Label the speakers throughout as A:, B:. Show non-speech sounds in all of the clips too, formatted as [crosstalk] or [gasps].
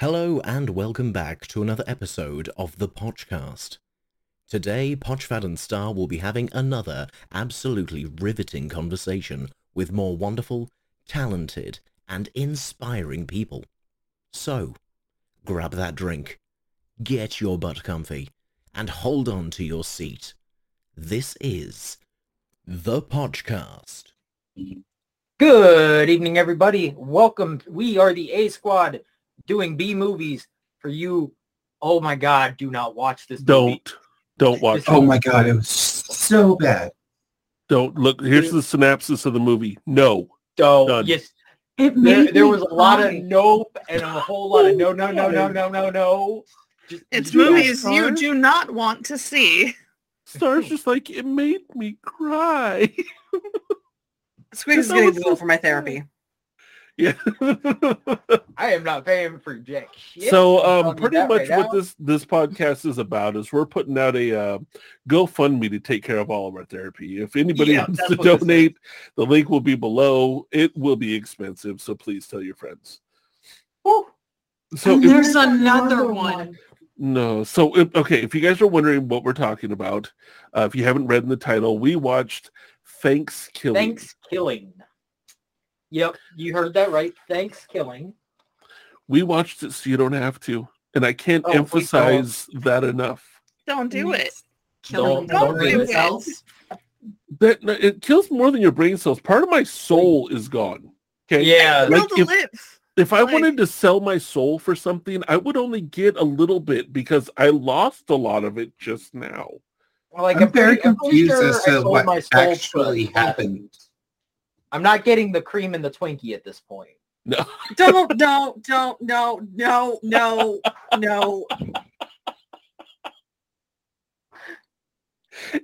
A: Hello and welcome back to another episode of the Podcast. Today, Pochfad and Star will be having another absolutely riveting conversation with more wonderful, talented, and inspiring people. So, grab that drink, get your butt comfy, and hold on to your seat. This is the Podcast.
B: Good evening, everybody. Welcome. We are the A Squad doing B movies for you. Oh my God, do not watch this. Movie.
C: Don't don't watch.
B: Oh
D: Oh
C: it.
D: my god, it was so bad.
C: Don't look. Here's the synopsis of the movie. No,
B: So
C: Done.
B: yes,
D: It
B: there,
D: made
B: there
D: me
B: was a lot of
D: cry.
B: nope and a whole lot of no, no, no, no, no, no, no. Just,
E: It's
B: do not
E: movies you
B: turn.
E: do not want to see.
C: stars just like it made me cry. [laughs]
E: Squeeze is
C: That
E: getting
C: was
E: the
C: so
E: bill for my therapy.
C: Yeah.
B: I am not paying for jack shit.
C: so
B: I'll
C: um,
B: do
C: pretty
B: that
C: much
B: right
C: what
B: now.
C: this this podcast is about is we're putting out a uh, GoFundMe to take care of all of our therapy. If anybody
E: Yeah,
C: wants
E: that's
C: to
E: what this is.
C: donate, the link will be below. It will be expensive, so please tell your friends.
B: Woo.
C: So
D: And
C: if-
D: there's another one.
C: No. So, if, okay, if you guys are wondering what we're talking about, uh, if you haven't read in the title, we watched Thanksgiving.
B: Thanks killing. Yep, you heard that right. Thanks killing.
C: We watched it so you don't have to. And I can't
B: Oh, we
C: emphasize that enough.
E: Don't do it.
B: Don't-
D: Killing the
E: don't do
D: brain
E: it.
D: cells.
C: That no, It kills more than your brain cells. Part of my soul is gone. Okay.
B: Yeah,
C: Like,
E: Kill the
C: if-
E: lips.
C: If I
E: like-
C: wanted to sell my soul for something, I would only get a little bit because I lost a lot of it just now.
B: like
D: I'm very
B: pretty- I'm pretty
D: confused
B: sure
D: as
B: I
D: to
B: sold
D: what
B: my soul
D: actually
B: for-
D: happened.
B: I'm not getting the cream and the Twinkie at this point.
C: No.
E: Don't, don't, don't, no, no, no, no.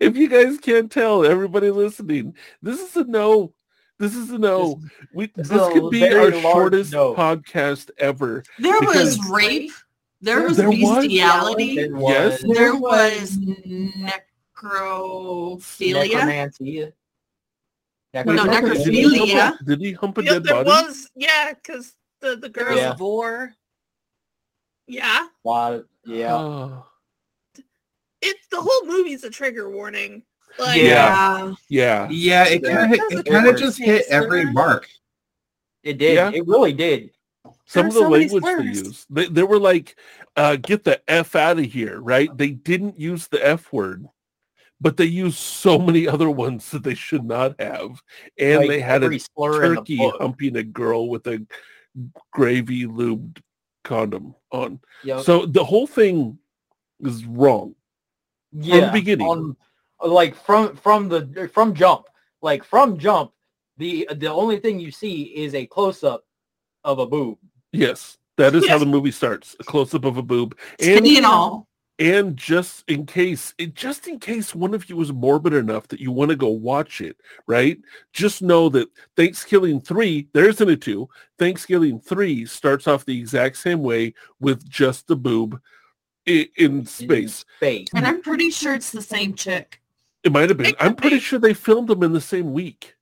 C: if you guys can't tell, everybody listening, this is a no. This is a no. we,
B: this
C: this
B: is a
C: could be
B: very
C: our
B: large
C: shortest
B: no.
C: podcast ever.
D: There
C: Because-
D: was rape. There was
C: There was?
D: bestiality.
B: There
C: Yes.
B: was
D: There was necrophilia.
B: necromancy.
D: No,
C: Wait,
B: Necromancy.
C: did he hump a-
D: necrophilia.
C: Did he hump a
E: Yeah,
C: dead
E: there
C: body?
E: was, yeah, because the, the girl
B: Yeah.
E: Vor. Yeah.
B: Lot-
D: Uh,
B: Yeah.
C: Oh,
E: It's the whole movie's a trigger warning. Like,
B: Yeah.
C: [gasps] yeah.
D: Yeah, it
B: Yeah.
D: kind of it kind of just hit every mark.
B: It did.
C: Yeah.
B: It really did.
C: Some
E: are
C: of the
E: so many
C: language they
E: slurs.
C: used. They, they were like, uh, get the F out of here, right? They didn't use the F word, but they used so many other ones that they should not have. And
B: Like,
C: they had
B: every
C: a
B: slur in the
C: turkey um,
B: book.
C: humping a girl with a gravy lubed condom on.
B: Yep.
C: So the whole thing is wrong.
B: yeah.
C: beginning.
B: on- like from from the from jump, like from jump, the the only thing you see is a close up of a boob.
C: Yes, that is how
E: Yes.
C: the movie starts. A close up of a boob. And
D: City and all.
C: and just in case, it- just in case one of you is morbid enough that you want to go watch it, right? Just know that Thanksgiving 3, there isn't a 2. Thanksgiving 3 starts off the exact same way with just the boob in, in space.
B: Space.
D: And I'm pretty sure it's the same chick.
C: It might have been.
E: It could
C: I'm pretty
E: be.
C: sure they filmed them in the same week.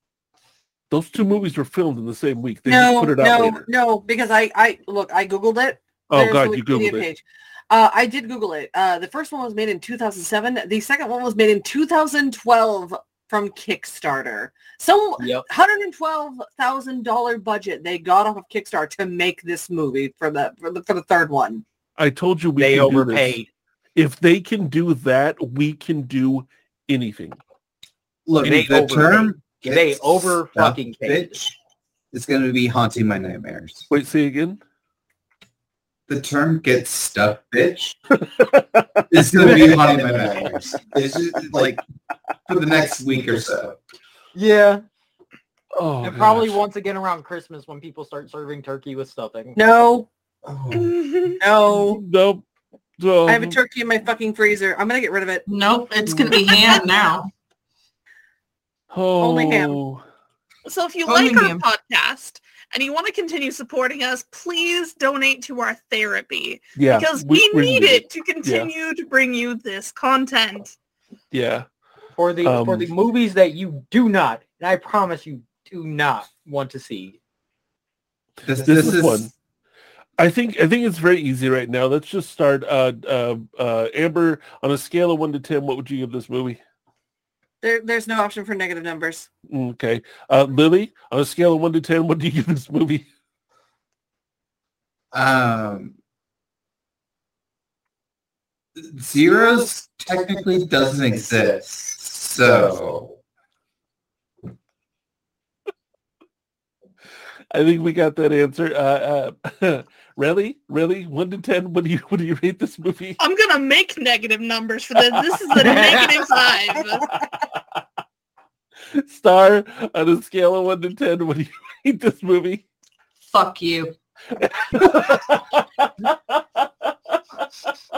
C: Those two movies were filmed in the same week. They
E: no,
C: just put it out
E: no,
C: later.
E: no, because I, I, look, I Googled it.
C: Oh,
E: There's
C: God,
E: the
C: you
E: Wikipedia
C: Googled it.
E: page. Uh, I did Google it. Uh, the first one was made in 2007. The second one was made in 2012 from Kickstarter. Some
B: Yep.
E: $112,000 budget they got off of Kickstarter to make this movie for the for the, for the third one.
C: I told you we
B: They
C: can do this.
B: overpaid.
C: If they can do that, we can do anything.
D: Look,
B: They
D: the
B: overpaid.
D: term
B: They
D: "get
B: over
D: stuffed,
B: fucking paid.
D: bitch is going to be haunting my nightmares.
C: Wait, say again.
D: The term "get stuck,
B: [laughs]
D: bitch" is going to be haunting my nightmares. It's just, like for the next week or so.
B: Yeah.
C: Oh,
B: and probably
C: gosh.
B: once again around Christmas when people start serving turkey with stuffing.
E: No, [laughs]
D: Oh,
E: no. I
C: Nope. Um,
E: have a turkey in my fucking freezer. I'm going to get rid of it.
F: Nope, it's gonna be ham now.
C: [laughs] oh,
E: only ham. So if you
F: Only
E: like our
F: ma'am.
E: podcast and you want to continue supporting us, please donate to our therapy
C: Yeah,
E: because we, need it to continue
C: continue
E: to bring you this content.
C: Yeah,
B: for the for
C: Um,
B: the movies that you do not, and I promise you do not want to see.
D: This,
C: This
D: this
C: is
D: is
C: one. I think I think it's very easy right now. Let's just start. Uh, uh, uh, Amber, on a scale of one to ten, what would you give this movie?
G: There, there's no option for negative numbers.
C: Okay. Uh, Lily, on a scale of one to ten, what do you give this movie?
D: Um, zeros technically doesn't exist, so
C: I think we got that answer. Uh, uh, [laughs] really, really, one to ten. What do you what do you rate this movie? [laughs]
E: I'm gonna make negative numbers for this. This is a negative five.
C: Star, on a scale of one to ten, what do you [laughs] rate this movie?
F: Fuck you.
C: [laughs]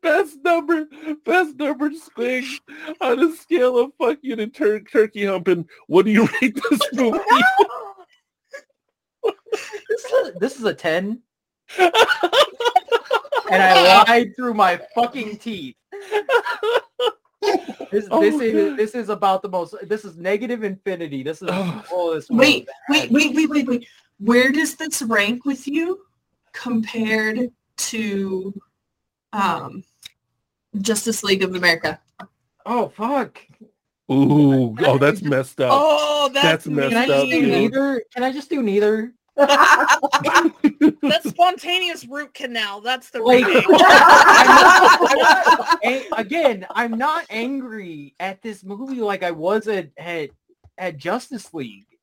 C: best number, best number squig on a scale of fuck you to tur- turkey humping. What do you rate this
D: [laughs]
C: movie?
B: This is a, this is
C: [laughs]
B: a ten, and I lied through my fucking teeth. This,
C: Oh
B: this
C: my
B: is
C: God.
B: this is about the most. This is negative infinity. This is
C: Oh.
B: oh, this was
F: Wait,
B: bad.
F: wait, wait, wait, wait, wait. Where does this rank with you compared to um, Justice League of America?
B: Oh fuck!
C: Ooh, oh, that's messed up.
E: Oh, that's,
C: That's messed
B: Can I
C: up,
B: just do
C: dude.
E: mean.
B: neither? Can I just do neither?
E: That's spontaneous root canal. That's the
B: Like-
F: [laughs]
E: rating.
B: A- again, I'm not angry at this movie like I was at at, at Justice League.
D: Oh.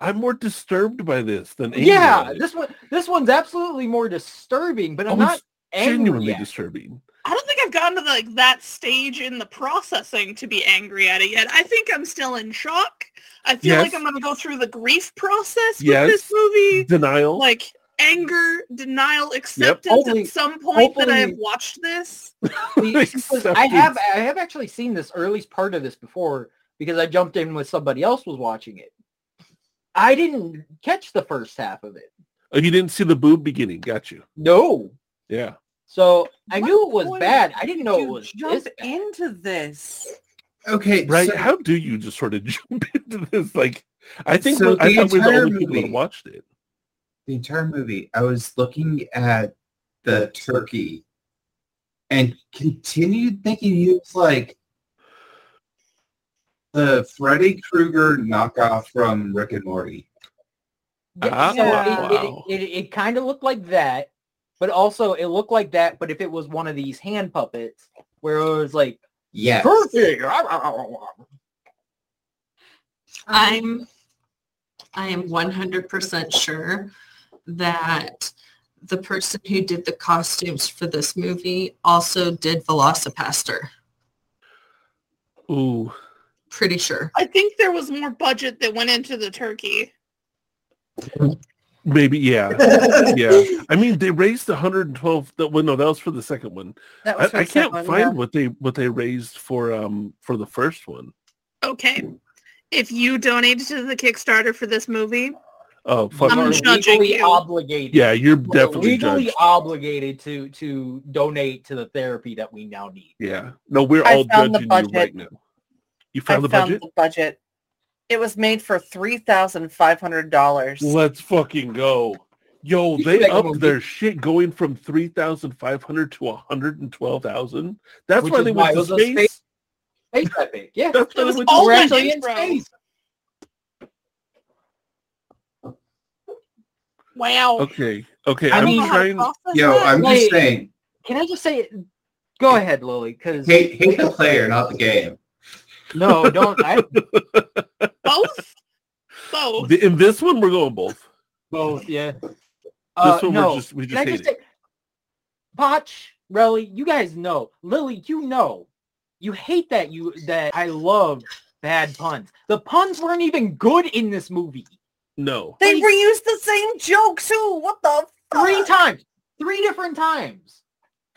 C: I'm more disturbed by this than angry at
B: Yeah,
C: it.
B: this one this one's absolutely more disturbing, but I'm
C: Oh,
B: not
C: it's
B: angry.
C: genuinely
B: Yet.
C: disturbing.
E: I don't think I've gotten to like that stage in the processing to be angry at it yet. I think I'm still in shock. I feel
C: Yes.
E: like I'm going to go through the grief process with
C: Yes.
E: this movie,
C: Denial.
E: like anger, denial, acceptance
B: Hopefully-
E: at some point that I have
B: hopefully-
E: watched this.
C: [laughs]
B: Because I have I have actually seen this early part of this before because I jumped in with somebody else was watching it. I didn't catch the first half of it.
C: Oh, you didn't see the boob beginning. Got you.
B: No.
C: Yeah.
B: So I
G: What
B: knew it was
G: point
B: bad. I didn't know
G: Dude,
B: it was
G: jump
B: this bad.
G: into this.
D: okay,
C: Right.
D: so-
C: How do you just sort of [laughs] jump into this? Like, I think
D: So
C: we're- I
D: the
C: thought we were the
D: entire
C: only people that
D: movie-
C: watched it.
D: the entire movie, I was looking at the turkey and continued thinking he was like the Freddy Krueger knockoff from Rick and Morty.
B: Yeah, so
C: Ah,
B: it, it-
C: wow.
B: it, it, kind of looked like that, but also it looked like that, but if it was one of these hand puppets where it was like,
D: Yes.
B: perfect.
F: I'm I am 100% sure that the person who did the costumes for this movie also did Velocipaster.
C: Ooh.
F: Pretty sure.
E: I think there was more budget that went into the turkey.
C: Maybe.
D: [laughs]
C: Yeah. yeah. I mean, they raised 112. That well, no, that was for the second one.
G: That
C: I,
G: was her
C: I can't
G: second one,
C: find
B: uh,
G: yeah.
C: what they what they raised for um for the first one.
E: Okay. If you donated to the Kickstarter for this movie,
C: Oh fuck.
E: I'm
B: You're
E: judging
B: legally
E: you.
B: obligated.
C: yeah, you're
B: We're
C: definitely
B: legally
C: judged.
B: obligated to to donate to the therapy that we now need.
C: Yeah. No, we're
G: I
C: all
G: found the
C: judging you
G: budget.
C: right now. You
G: I
C: found the budget.
G: the budget. It was made for three thousand five hundred dollars.
C: Let's fucking go. Yo,
B: You
C: they
B: make a
C: upped
B: movie.
C: their shit going from 3,500 to 112,000. That's
B: Which
C: why
B: is
C: they
B: why
C: went
B: it
C: to
B: was a
C: space.
B: space- Space epic, yeah.
C: That's why they
E: It was
C: went to
E: [laughs] all
B: We're
E: in
C: space.
B: actually in
E: intro.
B: space.
E: wow.
C: Okay. Okay.
B: I
C: I'm
B: mean-
C: trying.
D: Yo, I'm
B: Wait.
D: just saying,
B: Can I just say, go ahead, Lily, because
D: hate, hate the player, not the game.
B: no, don't. I
E: both. Both.
C: th- In this one, we're going both. This [laughs]
B: both, yeah. Uh,
C: one,
B: no.
C: we're just, we
B: Can
C: just
B: I
C: hate
B: just
C: it.
B: say, Potch, Relly, you guys know, Lily, you know, you hate that you that I love bad puns. The puns weren't even good in this movie.
C: No.
G: They reused the same joke too. What the fuck?
B: Three times, three different times,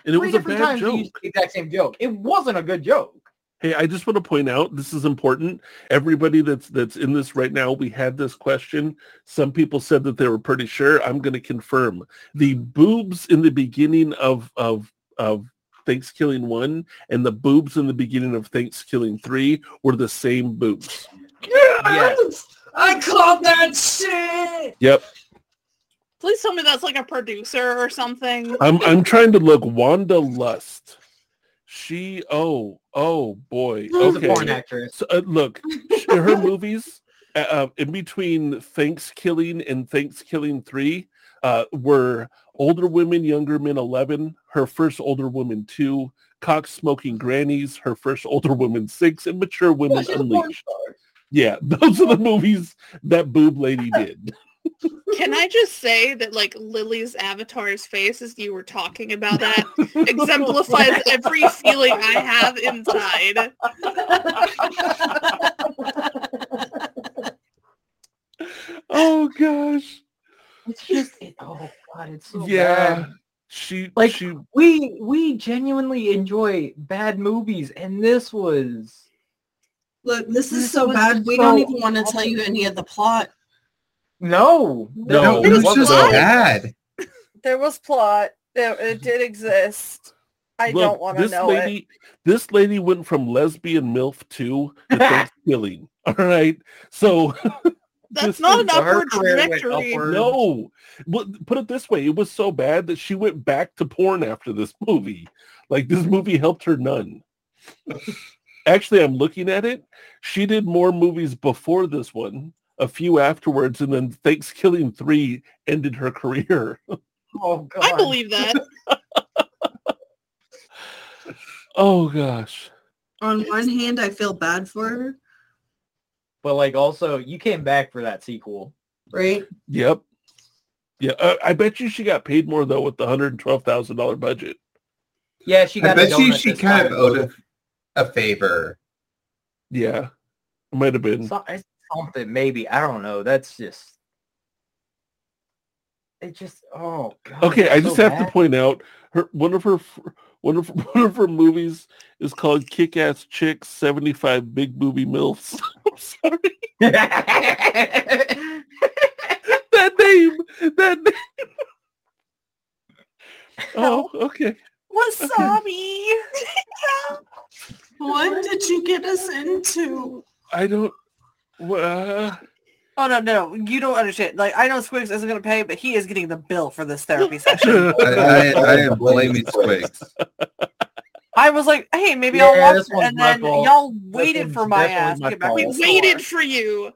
C: And it
B: three
C: was a
B: different
C: bad
B: times they
C: joke.
B: used the exact same joke. It wasn't a good joke.
C: Hey, I just want to point out this is important. Everybody that's that's in this right now, we had this question. Some people said that they were pretty sure. I'm going to confirm. The boobs in the beginning of of of Thanksgiving 1 and the boobs in the beginning of Thanksgiving 3 were the same boobs.
B: Yes.
F: I called that shit.
C: Yep.
E: Please tell me that's like a producer or something.
C: I'm I'm trying to look. Wanda Lust. She oh oh boy.
B: She's a porn
C: Okay.
B: actress.
C: So, uh,
H: [laughs]
C: look, sh- her movies uh, uh, in between Thanksgiving and Thanksgiving three uh, were Older Women, Younger Men eleven. Her first Older Woman two. Cock Smoking Grannies. Her first Older Woman six. And Mature
G: Yeah,
C: Women
G: she's a porn
C: Unleashed.
B: [laughs]
G: star.
C: Yeah, [laughs] those are the movies that Boob Lady did.
H: [laughs]
E: Can I just say that like Lily's avatar's face as you were talking about that exemplifies every feeling I have inside.
C: Oh gosh.
B: It's just, it, oh god, it's so
C: yeah.
B: bad.
C: She
B: Like-
C: she
B: We we genuinely enjoy bad movies, and this was
F: Look, this
B: This
F: is so
B: was
F: bad. We
B: so
F: don't even want to tell you any of the plot.
B: no.
C: No,
D: it was
C: what
D: just
C: the-
D: bad.
H: There was plot. There, it did exist. I
C: Look,
H: don't want to
C: this
H: know
C: lady,
H: it.
C: This lady went from lesbian MILF to
H: [laughs]
C: the Thanksgiving. All right. So
E: That's
C: This
E: not an
C: is-
E: upward
B: her career went
E: trajectory.
B: upward.
C: no. Well, Put it this way, it was so bad that she went back to porn after this movie. Like this movie helped her none. Actually, I'm looking at it. She did more movies before this one, a few afterwards, and then Thanksgiving 3 ended her career. [laughs]
B: Oh god.
E: I believe that.
C: Oh gosh.
F: On one hand, I feel bad for her,
B: But like also you came back for that sequel.
F: right?
C: Yep. Yeah, uh, I, I bet you she got paid more though with the hundred twelve thousand dollar budget.
B: Yeah, she got
D: I
B: a
D: bet you
B: donut
D: she
B: this
D: kind of
B: time.
D: owed a, a favor.
C: Yeah, it might have been.
B: So- it's something maybe. I don't know. That's just it just oh god.
C: Okay,
B: it's
C: I
B: so
C: just have to
B: bad.
C: point out her one of her f- one of [laughs] one of her movies is called Kick Ass Chicks Seventy Five Big Booby Milfs. [laughs] I'm sorry,
B: [laughs]
C: that name, that name.
B: [laughs]
C: Oh, okay.
H: Wasabi.
F: What did you get us into?
C: I don't. Uh,
H: oh no, no, you don't understand. Like I know Squigs isn't gonna pay, but he is getting the bill for this therapy session.
D: I, I, I am blaming Squigs.
H: I was like, hey, maybe
B: Yeah,
H: I'll watch
B: this
H: it.
B: one's
H: and
B: my
H: then
B: fault.
H: y'all waited
B: one's
H: for my
B: definitely
H: ass.
B: my
H: to get back
B: fault.
H: to
E: We
H: the store.
E: waited for you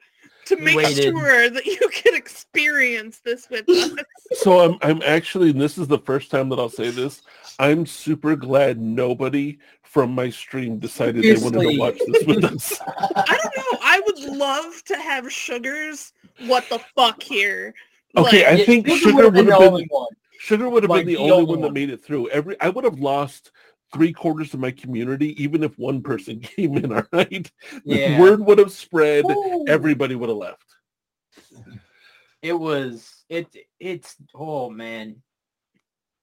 E: to
B: We
E: make
B: waited.
E: sure that you could experience this with us.
C: [laughs] so I'm I'm actually and this is the first time that I'll say this. I'm super glad nobody from my stream decided they wanted to
B: Seriously.
C: watch this with us.
E: I don't know. I would love to have sugars. What the fuck here?
C: Okay,
E: Like,
C: I
B: Yeah,
C: think
B: Sugar
C: Sugar
B: would've
C: would
B: the
C: have been
B: only one.
C: Sugar would have
B: Like,
C: been the,
B: the
C: only
B: only
C: one that
B: one.
C: made it through. Every I would have lost three quarters of my community, even if one person [laughs] came in. All right,
B: Yeah.
C: the word would have spread.
E: Ooh.
C: Everybody would have left.
B: It was it it's oh man.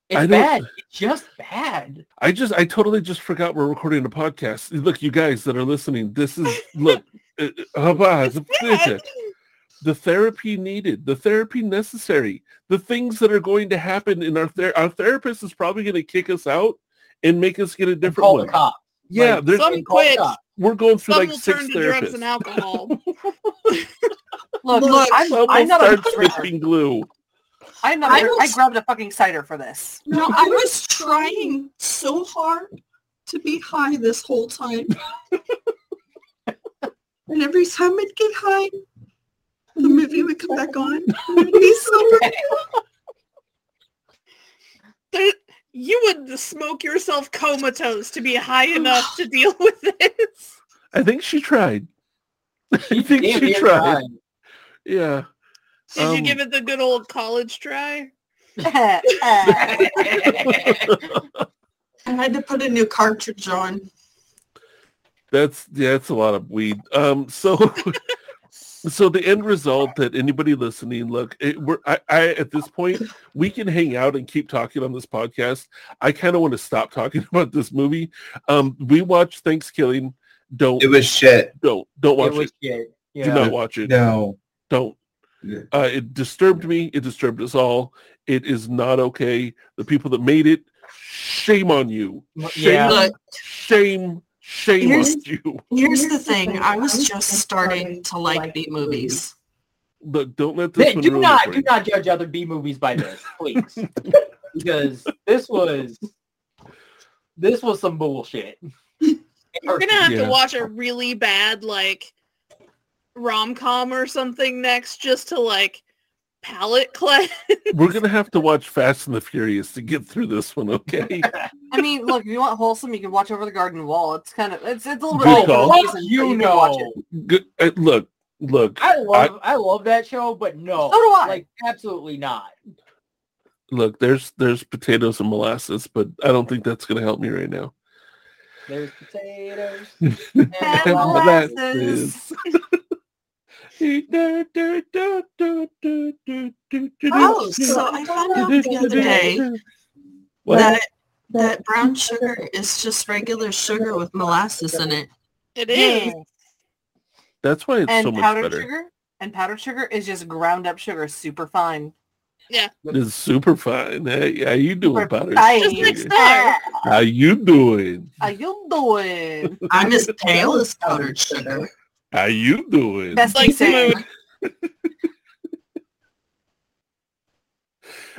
C: I
B: It's
C: don't-
B: bad. It's just bad.
C: I just, I totally just forgot we're recording a podcast. Look, you guys that are listening, this is look. uh, uh, Habaz,
E: Yeah.
C: the therapy needed, the therapy necessary, the things that are going to happen in our ther- our therapist is probably going to kick us out and make us get a different
B: Call the
C: one.
B: cop.
C: Yeah,
B: Like,
C: there's,
E: Some
B: Call the
E: quit.
B: cop.
C: we're going through
E: Some
C: like
E: will
C: six
E: turn to drugs
C: therapists.
E: and alcohol.
H: Look,
F: Look,
H: I'm,
C: Someone
H: I'm not a
C: starts
H: drinker.
C: whipping glue.
H: I'm not.
F: I
H: a drinker. I
F: was-
H: grabbed a fucking cider for
B: [laughs]
H: this. [laughs]
F: No, I was trying so hard to be high this whole time. and every time I'd get high, the movie would come back on. and I'd be [laughs] sober.
E: There, you would smoke yourself comatose to be high enough to deal [laughs] with this.
C: I think she tried. [laughs] I think
B: Damn,
C: she
B: yeah,
C: tried. Yeah.
E: Did you
C: Um,
E: give it the good old college try?
F: I had to put a new cartridge on.
C: That's yeah, that's a lot of weed. Um, so [laughs] so the end result that anybody listening, look, it, we're I, I at this point we can hang out and keep talking on this podcast. I kind of want to stop talking [laughs] about this movie. Um, we watched Thanksgiving. Don't
D: It was shit.
C: don't don't watch
B: It
C: it.
B: was shit.
C: Do
B: Yeah.
C: not watch it.
D: No.
C: Don't.
D: Yeah.
C: Uh, it disturbed me. It disturbed us all. It is not okay. The people that made it, shame on you.
B: M-
C: Shame,
B: yeah.
F: Look,
C: shame, shame on
F: Here's-
C: you.
F: here's the thing. I was just starting to like B movies.
C: Look, don't let this
B: Th-
C: one
B: do
C: ruin it
B: not
C: for
B: do
C: you.
B: not judge other B movies by this,
C: [laughs]
B: please, because this was this was some
H: [laughs]
B: bullshit.
E: We're gonna have
C: Yeah.
E: to watch a really bad like rom com or something next, just to like palate cleanse. [laughs]
C: We're gonna have to watch Fast and the Furious to get through this one,
F: [laughs]
C: okay?
H: I
B: [laughs]
H: mean, look, if you want wholesome, you can watch over the garden wall. It's kind of it's it's a little bit
C: Good
H: older
C: call.
H: than
B: Fuck
H: season, but
B: you
H: can watch it.
B: know.
C: Good. uh, Look, look,
B: I love I, love that show, but no.
H: So do I.
B: Like absolutely not.
C: look. There's there's potatoes and molasses, but I don't think that's gonna help me right now.
B: There's
C: [laughs]
B: potatoes.
H: And molasses.
F: Oh,
C: [laughs]
F: so I found out the other day
C: What?
F: that that brown sugar is just regular sugar with molasses in it.
E: It is.
C: That's why it's
H: and
C: so much
H: powdered
C: better.
H: sugar. And powdered sugar is just ground up sugar, super fine.
C: It's super fine. Hey, how you doing,
H: Super
C: powdered
H: fine. Ah,
E: Just
C: sugar?
E: next door.
C: How you doing?
H: How you
C: [laughs]
H: doing?
F: I'm as pale as powdered sugar.
C: How you doing?
H: Best
E: Like
H: like say.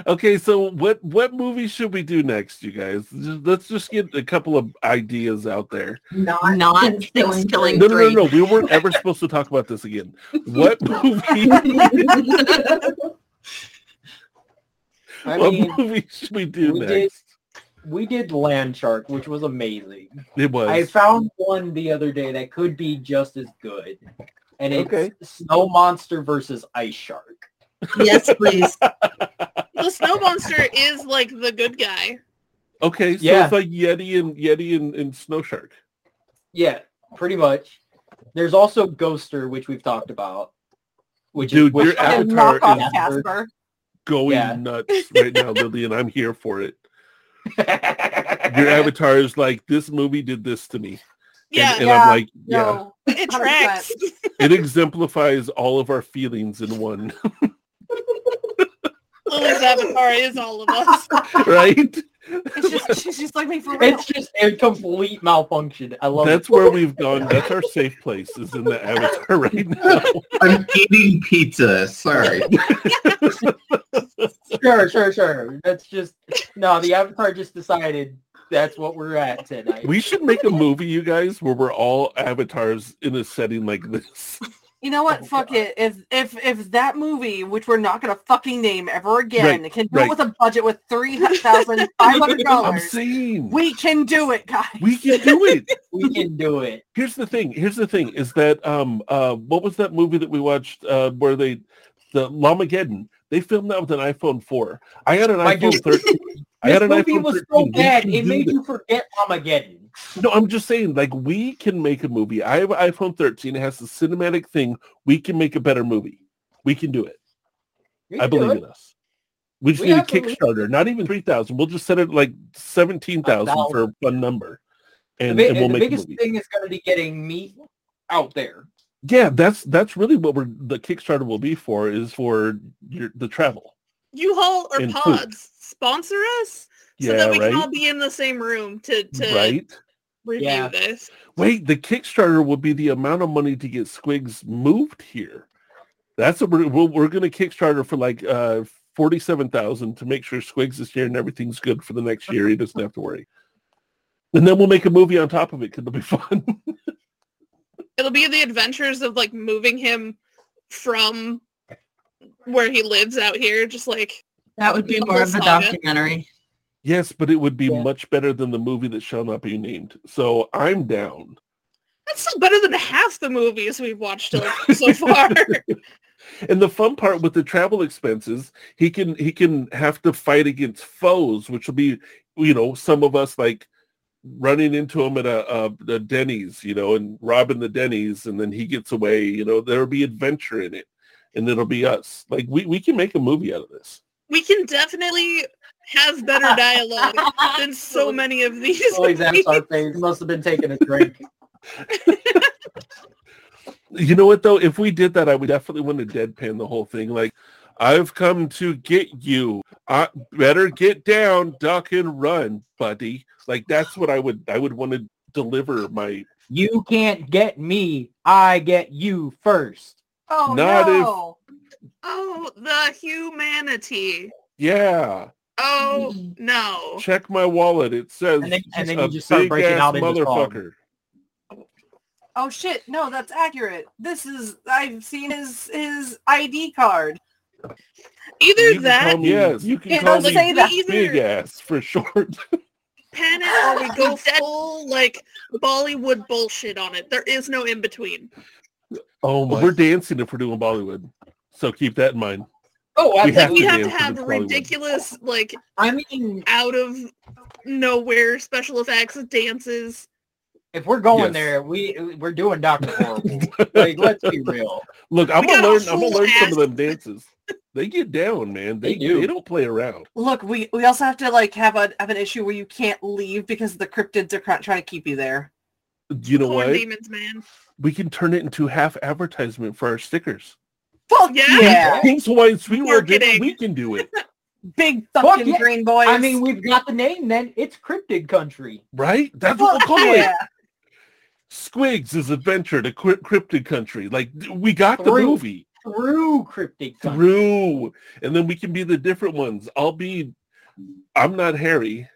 C: Okay, so what what movie should we do next, you guys? Just- Let's just get a couple of ideas out there.
F: Not, not things killing
C: No, no, no,
F: three.
C: no. We weren't ever supposed to talk about this again.
H: [laughs]
C: What movie?
B: I
C: what
B: mean,
C: movie should we do
B: we did-
C: next?
B: we did Land Shark, which was amazing.
C: It was.
B: I found one the other day that could be just as good, and it's
C: Okay.
B: Snow Monster versus Ice Shark.
F: [laughs] yes, please.
E: The snow monster is like the good guy.
C: okay, so
B: Yeah.
C: it's like Yeti and Yeti and, and Snow Shark.
B: Yeah, pretty much. There's also Ghoster, which we've talked about. Which
C: Dude,
B: is which
C: your
B: I-
C: Avatar
H: knock off
B: is-
H: Casper.
C: [laughs] Going
B: Yeah.
C: nuts right now, Lily, and I'm here for it. [laughs]
B: [laughs]
C: Your avatar is like, this movie did this to me.
E: Yeah,
C: And, and
H: Yeah,
C: I'm like, yeah.
H: No.
E: it tracks.
C: It exemplifies all of our feelings in
B: [laughs]
C: one,
E: Lily's avatar is all of us.
C: right?
H: It's just she's just like me for real.
B: it's just a complete malfunction. I love
C: That's
B: it.
C: where we've gone. That's our safe place is in the avatar [laughs] right now.
D: I'm eating pizza. Sorry.
B: Sure, sure, sure. That's just no. The Avatar just decided that's what we're at tonight.
C: We should make a movie, you guys, where we're all avatars in a setting like this.
H: You know what?
B: Oh,
H: Fuck
B: God.
H: it. If if if that movie, which we're not gonna fucking name ever again, can do
C: right.
H: it with a budget with three
C: [laughs]
H: thousand five hundred
C: I'm [laughs]
H: dollars,
C: saying we,
H: we can do it, guys.
C: can do it.
B: we can do it.
C: Here's the thing. Here's the thing is that um uh what was that movie that we watched uh where they the Lamageddon? They filmed that with an iPhone four. I had an
B: My
C: iPhone
B: dude.
C: thirteen.
B: [laughs]
C: I
B: This
C: had an
B: movie
C: iPhone
B: was
C: 13.
B: so
C: We
B: bad
C: can
B: it
C: do
B: made
C: this.
B: you forget Armageddon.
C: No, I'm just saying, like we can make a movie. I have an iPhone 13. It has the cinematic thing. We can make a better movie. We can do it.
B: You
C: I
B: can do
C: believe in
B: it.
C: us. We just
B: We
C: need a
B: have to-
C: Kickstarter, not even three thousand. We'll just set it like seventeen thousand for a fun number,
B: The,
C: and,
B: bi-
C: and we'll
B: the
C: make a
B: biggest
C: movie.
B: thing is going to be getting me out there.
C: Yeah, that's that's really what we're the Kickstarter will be for is for your, the travel.
E: U-Haul or
C: And food.
E: Pods sponsor us so
C: Yeah,
E: that we
C: right,
E: can all be in the same room to to
C: right.
E: review
B: Yeah.
E: this.
C: Wait, the Kickstarter will be the amount of money to get Squigs moved here. That's what we're we're, we're going to Kickstarter for like uh forty seven thousand to make sure Squigs is here and everything's good for the next year. He doesn't have to worry. And then we'll make a movie on top of it because it'll be [laughs] fun.
E: It'll be the adventures of like moving him from where he lives out here, just like
F: That would be
E: The
F: more
E: whole
F: of a
E: saga.
F: documentary.
C: Yes, but it would be
B: Yeah.
C: much better than the movie that shall not be named. So I'm down.
E: that's still better than half the movies we've watched till- so far.
C: And the fun part with the travel expenses, he can he can have to fight against foes, which will be you know some of us like running into him at a, a, a Denny's, you know, and robbing the Denny's, and then he gets away. You know, there'll be adventure in it, and it'll be us. Like we we can make a movie out of this.
E: we can definitely have better dialogue than so many of these.
B: Always
E: movies.
B: Avatar phase must have been taking a drink.
C: You know what though? If we did that, I would definitely want to deadpan the whole thing. Like, I've come to get you. I better get down, duck and run, buddy. Like that's what I would I would want to deliver my
B: you can't get me. I get you first.
H: Oh
C: Not if-
H: no.
E: Oh, the humanity.
C: Yeah.
E: Oh no.
C: Check my wallet. It says
B: And then- and then
C: a
B: you just start
C: big
B: breaking
C: ass
B: out into song.
C: motherfucker.
H: Oh shit! No, that's accurate. This is I've seen his his ID card.
E: Either
C: You can
E: that
C: call me- yes, you can
H: Yeah,
C: call
H: don't
C: me
H: say that.
C: big
E: either
C: ass for [laughs] short.
E: panic or we go full like Bollywood bullshit on it. There is no in between.
C: Oh my! We're dancing if we're doing Bollywood, so keep that in mind.
B: Oh,
C: We
B: I,
C: have
E: we
C: to
E: have to
C: dance to
E: have
C: the Bollywood.
E: ridiculous like
B: I mean,
E: out of nowhere special effects dances.
B: if we're going
C: Yes.
B: there, we we're doing Doctor
C: [laughs]
B: Horrible. like, let's be real.
C: Look, I'm
E: We
C: gonna
E: got a
C: learn. I'm gonna
E: full
C: learn some
E: ass-
C: of them dances. They get down, man. They
B: They do.
C: They don't play around.
H: Look, we we also have to like have a have an issue where you can't leave because the cryptids are cr- trying to keep you there.
C: You know
E: Porn
C: what?
E: demons, man.
C: We can turn it into half advertisement for our stickers.
H: Fuck
E: Yeah.
H: yeah,
C: Kings Hawaiian Sweet World did it,
E: Marketing.
C: We can do it,
H: big fucking
B: yeah.
H: green boys.
B: I mean, we've got the name. Then it's Cryptid Country.
C: right? That's what
H: fuck
C: we'll call it.
H: yeah.
C: Squigs' is adventure to crypt- cryptid country. Like th- we got the
B: Through.
C: movie
B: Through Cryptid Country.
C: through, and then we can be the different ones. I'll be. I'm not Harry.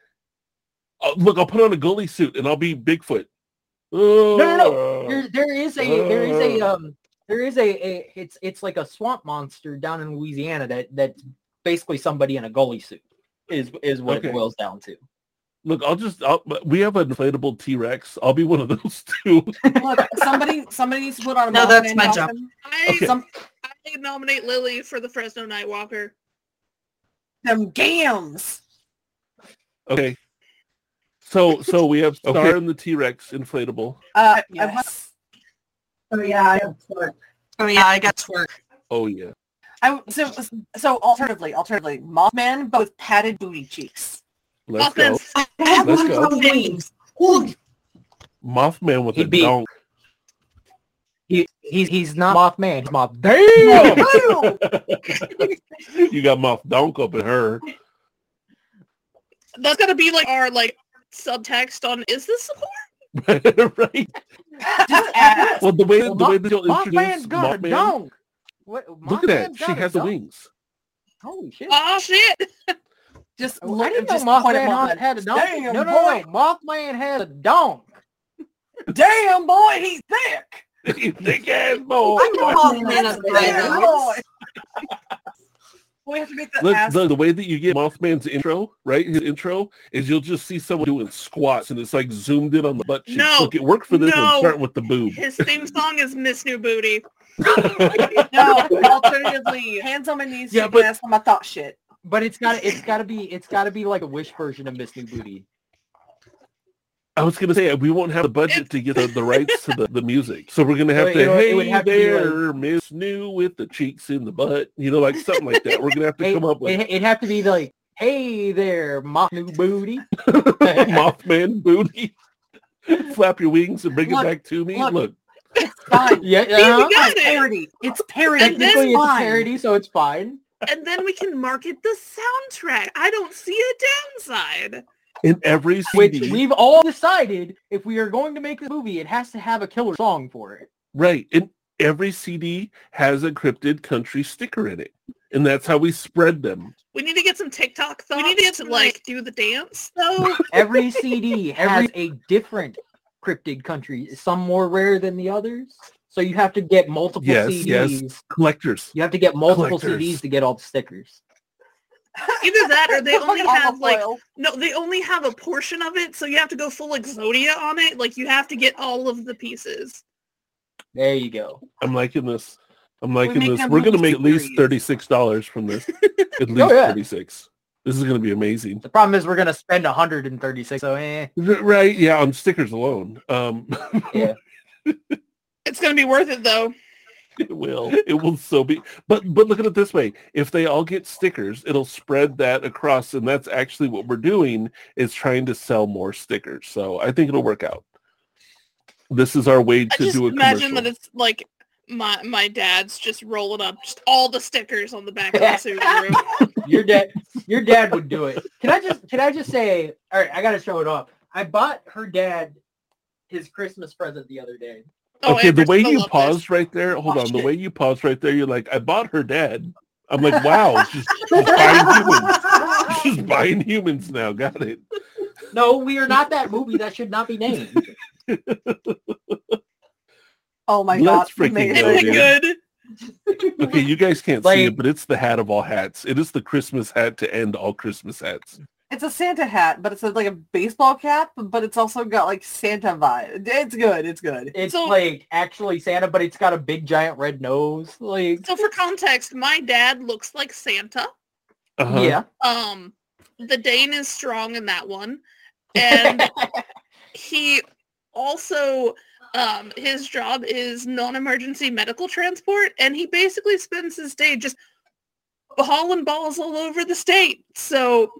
C: Uh, look, I'll put on a goalie suit and I'll be Bigfoot. Oh,
B: no, no. There, there is a there is a
C: Uh.
B: um there is a, a it's it's like a swamp monster down in Louisiana that that's basically somebody in a goalie suit is is what
C: Okay.
B: it boils down to.
C: Look, I'll just. I'll, we have an inflatable T Rex. I'll be one of those [laughs] two.
H: [laughs] Look, somebody somebody needs to put on a
F: No,
H: Mothman
F: that's my job.
H: costume.
E: I
C: Okay.
H: Some
E: I nominate Lily for the Fresno Nightwalker.
H: them gams.
C: Okay. So so we have Star and the T Rex inflatable.
H: Uh, I, want-
G: Yes. Oh yeah, I have porn.
F: Oh yeah, I got twerk.
C: Oh yeah.
H: I so so alternatively, alternatively, Mothman but with padded booty cheeks.
C: Let's go.
E: Offense.
F: [laughs] I have
C: Let's
F: one
C: go.
F: from Wings. Ooh,
C: Mothman with a
B: He'd be-
C: donk.
B: He he's he's not Mothman. He's Moth.
C: [laughs]
B: Damn.
C: you got Moth Donk up in her. [laughs]
E: That's gonna be like our like subtext on is this a porn?
C: right.
H: Just add,
C: Well the way
B: Well,
C: the way
B: Moth-
C: that you'll introduce
B: Mothman's got a
C: Mothman.
B: dunk. What,
C: Look at that.
B: Mothman's
C: She
B: got a
C: has the
B: dunk.
C: wings. [laughs]
B: Holy shit.
E: Oh shit!
H: just
B: Oh, I
H: look,
B: didn't know
H: just
B: Mothman,
H: point at Mothman.
B: had a dunk.
H: Damn,
B: no, no,
H: boy.
B: no, Mothman has a donk.
H: Damn boy, he's thick.
B: [laughs]
C: Thick ass boy.
F: I know Mothman
H: That's
F: up by
H: damn
F: those.
H: boy. [laughs] we have to make that
C: Look,
H: ass.
C: look, the way that you get Mothman's intro, right? His intro is you'll just see someone doing squats and it's like zoomed in on the butt cheeks.
E: No.
C: Look, it worked for this one,
E: No.
C: starting with the boob.
E: His
C: [laughs]
E: theme song is Miss New
H: [laughs]
E: Booty.
H: No, [laughs] alternatively, hands on my knees,
C: Yeah,
H: yeah,
C: but-
H: ass on my thought shit.
B: But it's got to it's got to be it's got to be like a wish version of Miss New Booty.
C: I was gonna say we won't have the budget to get the, the rights to the, the music, so we're gonna have
B: It
C: to.
B: would- it
C: hey
B: would have to be
C: there, Miss New with the cheeks in the butt, you know, like something like that. We're gonna have to
B: Hey,
C: come up with [laughs]
B: It, it'd have to be like, hey there, Moth New
C: [laughs]
B: Booty.
C: Mothman booty. [laughs] Flap your wings and bring
H: Look,
C: it back to me. Look,
H: look.
B: [laughs]
H: Fine.
B: Yeah, uh-huh.
E: got
H: It's
E: it.
H: parody. It's parody.
E: And then-
B: Technically, it's
H: It's
B: a
H: fine.
B: parody, so it's fine.
E: And then we can market the soundtrack. I don't see a downside.
C: in every
B: Which
C: CD,
B: we've all decided, if we are going to make the movie, it has to have a killer song for it.
C: right? In every CD has a cryptid country sticker in it, and that's how we spread them.
E: We need to get some TikTok thoughts. We need to get to like do the dance though.
C: [laughs]
B: Every CD has a different cryptid country, some more rare than the others. So you have to get multiple
C: Yes,
B: CDs.
C: yes. Collectors.
B: You have to get multiple
C: Collectors.
B: CDs to get all the stickers.
E: Either that or
H: [laughs]
E: they
H: Fucking
E: only have
H: olive
E: like
H: oil.
E: no, they only have a portion of it, so you have to go full Exodia on it. Like you have to get all of the pieces.
B: There you go.
C: I'm liking this. I'm liking
H: make
C: this.
H: a
C: We're gonna
H: movie
C: make at least
H: series.
C: thirty six dollars from this.
B: [laughs]
C: At least
B: Oh, yeah.
C: thirty six. This is gonna be amazing.
B: The problem is we're gonna spend 136. So eh.
C: R- Right? Yeah, on stickers alone. Um, [laughs]
E: It's gonna be worth it though.
C: it will. It will so be. But but look at it this way: if they all get stickers, it'll spread that across, and that's actually what we're doing is trying to sell more stickers. So I think it'll work out. This is our way
E: I
C: to
E: just
C: do a
E: imagine
C: commercial.
E: that it's like my my dad's just rolling up just all the stickers on the back of
H: [laughs]
E: the Subaru.
B: Your dad, your dad would do it. Can I just, can I just say? All right, I gotta show it off. I bought her dad his Christmas present the other day,
E: Oh,
C: okay, the
E: Amber's
C: way
E: gonna
C: you
E: love this.
C: paused right there, hold
E: Oh,
C: on, the
E: shit.
C: way you paused right there, you're like, I bought her dad. I'm
E: [laughs]
C: like, wow, she's, she's buying humans. [laughs] She's buying humans now. Got it.
B: No, we are not that movie. That should not be named.
H: Oh my
C: Let's
H: god. we
C: freaking
H: made
C: go,
H: it.
E: Is it
C: dude.
E: good?
C: Okay, you guys can't see
B: Like-
C: it, but it's the hat of all hats. It is the Christmas hat to end all Christmas hats.
H: It's a Santa hat, but it's a, like a baseball cap, but it's also got like Santa vibe. It's good. It's good.
B: It's
E: So-
B: like actually Santa, but it's got a big giant red nose. Like
E: So for context, my dad looks like Santa.
C: Uh-huh.
B: yeah,
E: Um, the Dane is strong in that one, and he also um his job is non-emergency medical transport, and he basically spends his day just hauling balls all over the state. So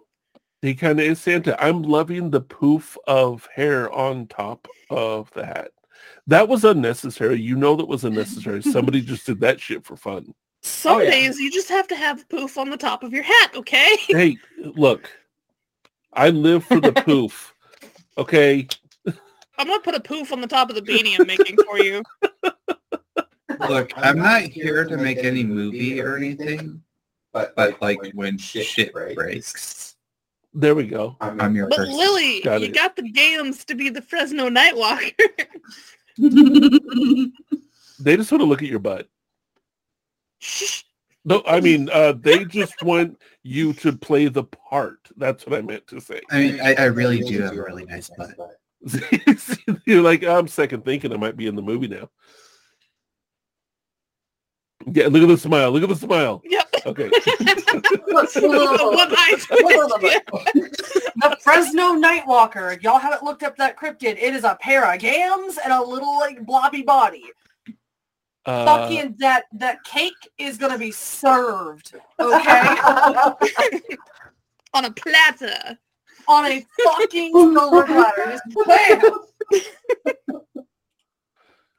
C: He kind of is Santa. I'm loving the poof of hair on top of the hat. That was unnecessary. You know that was unnecessary. Somebody
B: [laughs]
C: just did that shit for fun.
E: some
B: Oh, yeah.
E: days you just have to have poof on the top of your hat, okay? [laughs]
C: Hey, look, I live for
B: [laughs]
C: the poof. Okay,
E: I'm gonna put a poof on the top of the beanie I'm making for you.
D: Look, I'm not here to make any movie or anything, but but like when shit breaks,
C: there we go.
D: I'm your
E: But
D: person.
E: Lily,
C: Got
E: you
C: it.
E: got the gams to be the Fresno [laughs] Nightwalker.
C: They just want to look at your butt.
E: Shh.
C: No, I mean, uh,
B: [laughs]
C: they just want you to play the part. That's what I meant to say.
D: I mean, I, I really do have a really nice butt.
C: [laughs] You're like, I'm second thinking I might be in the movie now. Yeah, look at the smile. Look at the smile.
E: Yep.
C: Okay.
E: the one eye
B: [laughs]
E: twist. Yeah.
H: The Fresno Nightwalker. If y'all haven't looked up that cryptid, it is a pair of gams and a little like blobby body.
C: Uh,
H: Fucking that that cake is gonna be served,
E: [laughs] [laughs]
H: okay?
E: On a platter.
H: On a fucking silver platter. Just bam!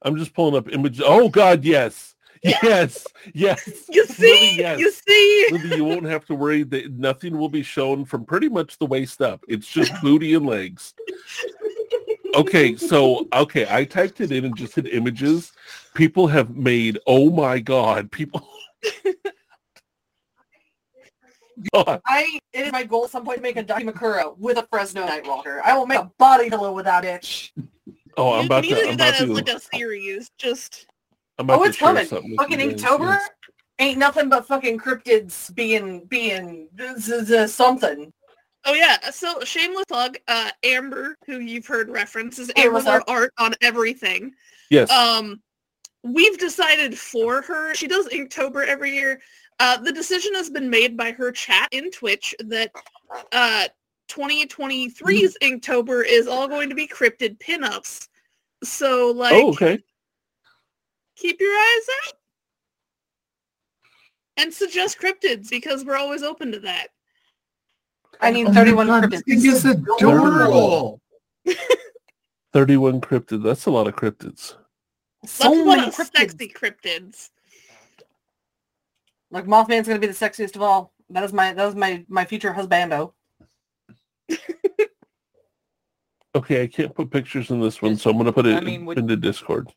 C: I'm just pulling up images. Oh God, yes, yes, yes. [laughs]
E: You
C: Lily,
E: see?
C: yes.
E: You see?
C: Lindsay, you won't have to worry that nothing will be shown from pretty much the waist up. It's just booty and legs. Okay, so okay, I typed it in and just hit images. People have made oh my god, people [laughs] God,
H: I it is my goal at some point to make a Ducky Makuro with a Fresno Nightwalker. I will make a body pillow without it.
C: Oh, I'm
E: You
C: about
E: need
C: to
E: do
C: I'm about
E: that
C: to
E: as like a series. Just
C: I'm about
H: Oh,
C: to
H: it's
C: share
H: coming.
C: something with
H: Fucking
C: you guys.
H: Inktober ain't nothing but fucking cryptids being being z- z- something.
E: oh yeah. So shameless plug. Uh, Amber, who you've heard reference, is
H: Hey,
E: Amber
H: what's
E: Lord
H: up?
E: Art on everything.
C: Yes.
E: Um, we've decided for her. She does Inktober every year. Uh, the decision has been made by her chat in Twitch that uh, 2023's Inktober is all going to be cryptid pinups. So like,
C: oh, okay.
E: keep your eyes out and suggest cryptids because we're always open to that.
H: I need
D: Oh my
H: 31
D: God,
H: cryptids.
D: This thing is adorable.
C: 31 cryptids. That's a lot of cryptids.
E: That's
H: So
E: a
H: many
E: lot of
H: cryptids.
E: sexy cryptids.
H: Like Mothman's gonna be the sexiest of all. That is my that is my my future husbando.
C: Okay, I can't put pictures in this one, so I'm gonna put it
B: I mean, would-
C: in the Discord.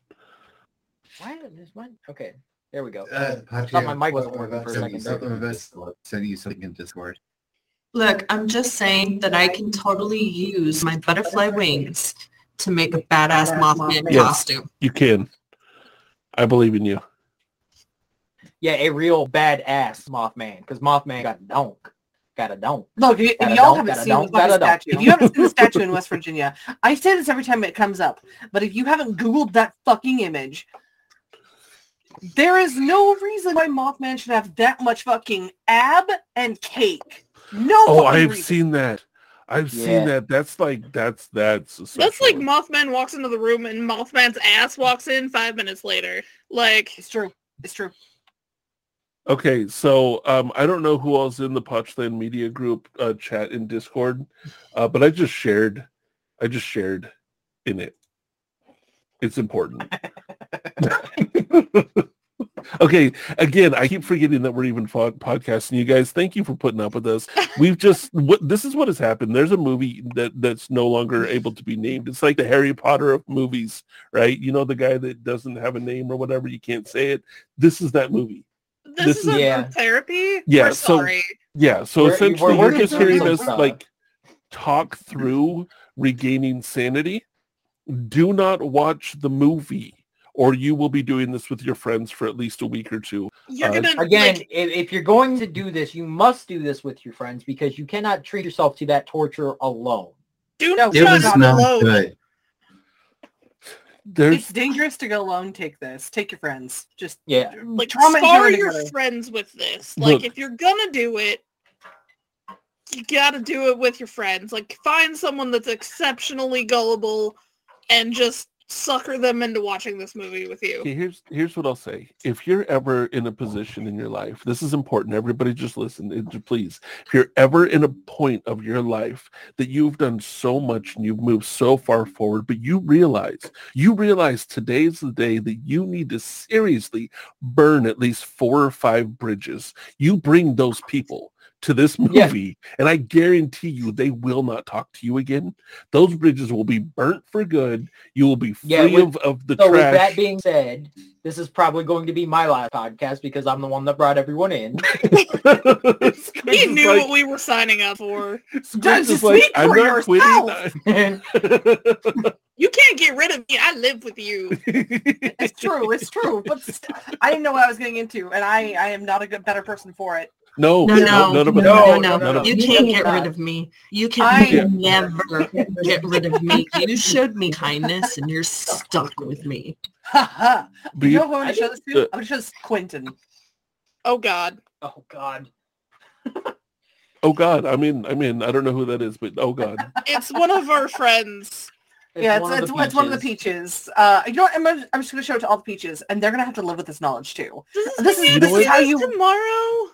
B: why is this one? Okay, there we go.
D: Uh,
B: Thought my mic wasn't working for a
D: sending
B: second there.
D: some of us sending you something in Discord.
F: Look, I'm just saying that I can totally use my butterfly wings to make a badass Mothman
C: Yes.
F: costume.
C: You can. I believe in you.
B: Yeah, a real badass Mothman because Mothman got a donk, got a donk.
H: Look, if,
B: Gotta
H: if y'all
B: don't,
H: haven't
B: gotta
H: seen the
B: don't, gotta
H: fucking
B: don't.
H: statue, if you haven't seen the statue in West Virginia, I say this every time it comes up, but if you haven't Googled that fucking image, there is no reason why Mothman should have that much fucking ab and cake. No
C: Oh,
H: fucking
C: I've
H: reason.
C: seen that. I've
B: Yeah.
C: seen that. That's like that's that's a
E: That's like
C: sexual-
E: Mothman walks into the room and Mothman's ass walks in five minutes later. Like,
H: It's true. It's true.
C: okay. So um, I don't know who else in the Potchland Media Group uh, chat in Discord, uh, but I just shared. I just shared in it. It's important. Okay, again, I keep forgetting that we're even fo- podcasting. You guys, thank you for putting up with us. We've just what this is what has happened. There's a movie that that's no longer able to be named. It's like the Harry Potter of movies, right? You know, the guy that doesn't have a name or whatever, you can't say it. This is that movie.
E: This,
C: This
E: is a
B: Yeah.
E: group therapy.
C: Yeah,
E: We're
C: so-
E: sorry.
C: Yeah, so
B: We're-
C: essentially
B: we're
C: you're just
B: working
C: hearing
B: through
C: us
B: some stuff.
C: like talk through regaining sanity. Do not watch the movie or you will be doing this with your friends for at least a week or two.
E: You're
C: uh,
E: gonna
B: Again,
E: like,
B: if, if you're going to do this, you must do this with your friends because you cannot treat yourself to that torture alone.
E: do
H: No,
E: not
H: it was
E: not
D: not
E: alone.
D: good.
C: There's
H: It's dangerous to go alone. Take this. Take your friends. Just
B: Yeah.
E: Like
H: trauma
E: scar
H: informed
E: your
H: anybody.
E: friends with this. Like
C: Look.
E: if you're gonna do it, you gotta do it with your friends. Like find someone that's exceptionally gullible and just sucker them into watching this movie with you.
C: Okay, here's here's what I'll say. If you're ever in a position in your life, this is important. Everybody just listen, and please. If you're ever in a point of your life that you've done so much and you've moved so far forward, but you realize, you realize today's the day that you need to seriously burn at least four or five bridges. You bring those people to this
B: Yeah.
C: movie and I guarantee you they will not talk to you again. Those bridges will be burnt for good. You will be free
B: Yeah, with-
C: of, of the
B: So
C: trash.
B: with that being said, this is probably going to be my last podcast because I'm the one that brought everyone in. [laughs]
E: He
C: he
E: knew what we were signing up for.
H: Just speak
C: I'm
H: for
C: not quitting.
E: You can't get rid of me. I live with you.
C: [laughs]
H: [laughs] it's true. It's true. But st- I didn't know what I was getting into, and I I am not a good better person for it. [laughs]
C: no,
F: No,
C: none
F: Oh, no, no,
C: of us.
F: no,
C: no,
B: no,
C: no.
F: no. You
B: You
F: can't
B: know
F: get
B: that.
F: rid of me. You can
H: I- Yeah.
F: never get rid of me. You showed me kindness and you're stuck with me.
H: Ha ha.
C: Be-
H: you know who I'm gonna show this to?
C: Uh,
H: I'm gonna show this to Quentin.
E: Oh God.
B: oh God.
C: oh God, I'm in. I'm in. I don't know who that is, but oh God,
E: It's one of our friends.
H: yeah, it's, it's, it's one of the
B: peaches.
H: peaches. Uh, you know what? I'm, gonna, I'm just gonna show it to all the peaches, and they're gonna have to live with this knowledge too.
E: This is,
H: This
E: this
H: is-
E: is,
C: this is
H: how you-
E: tomorrow.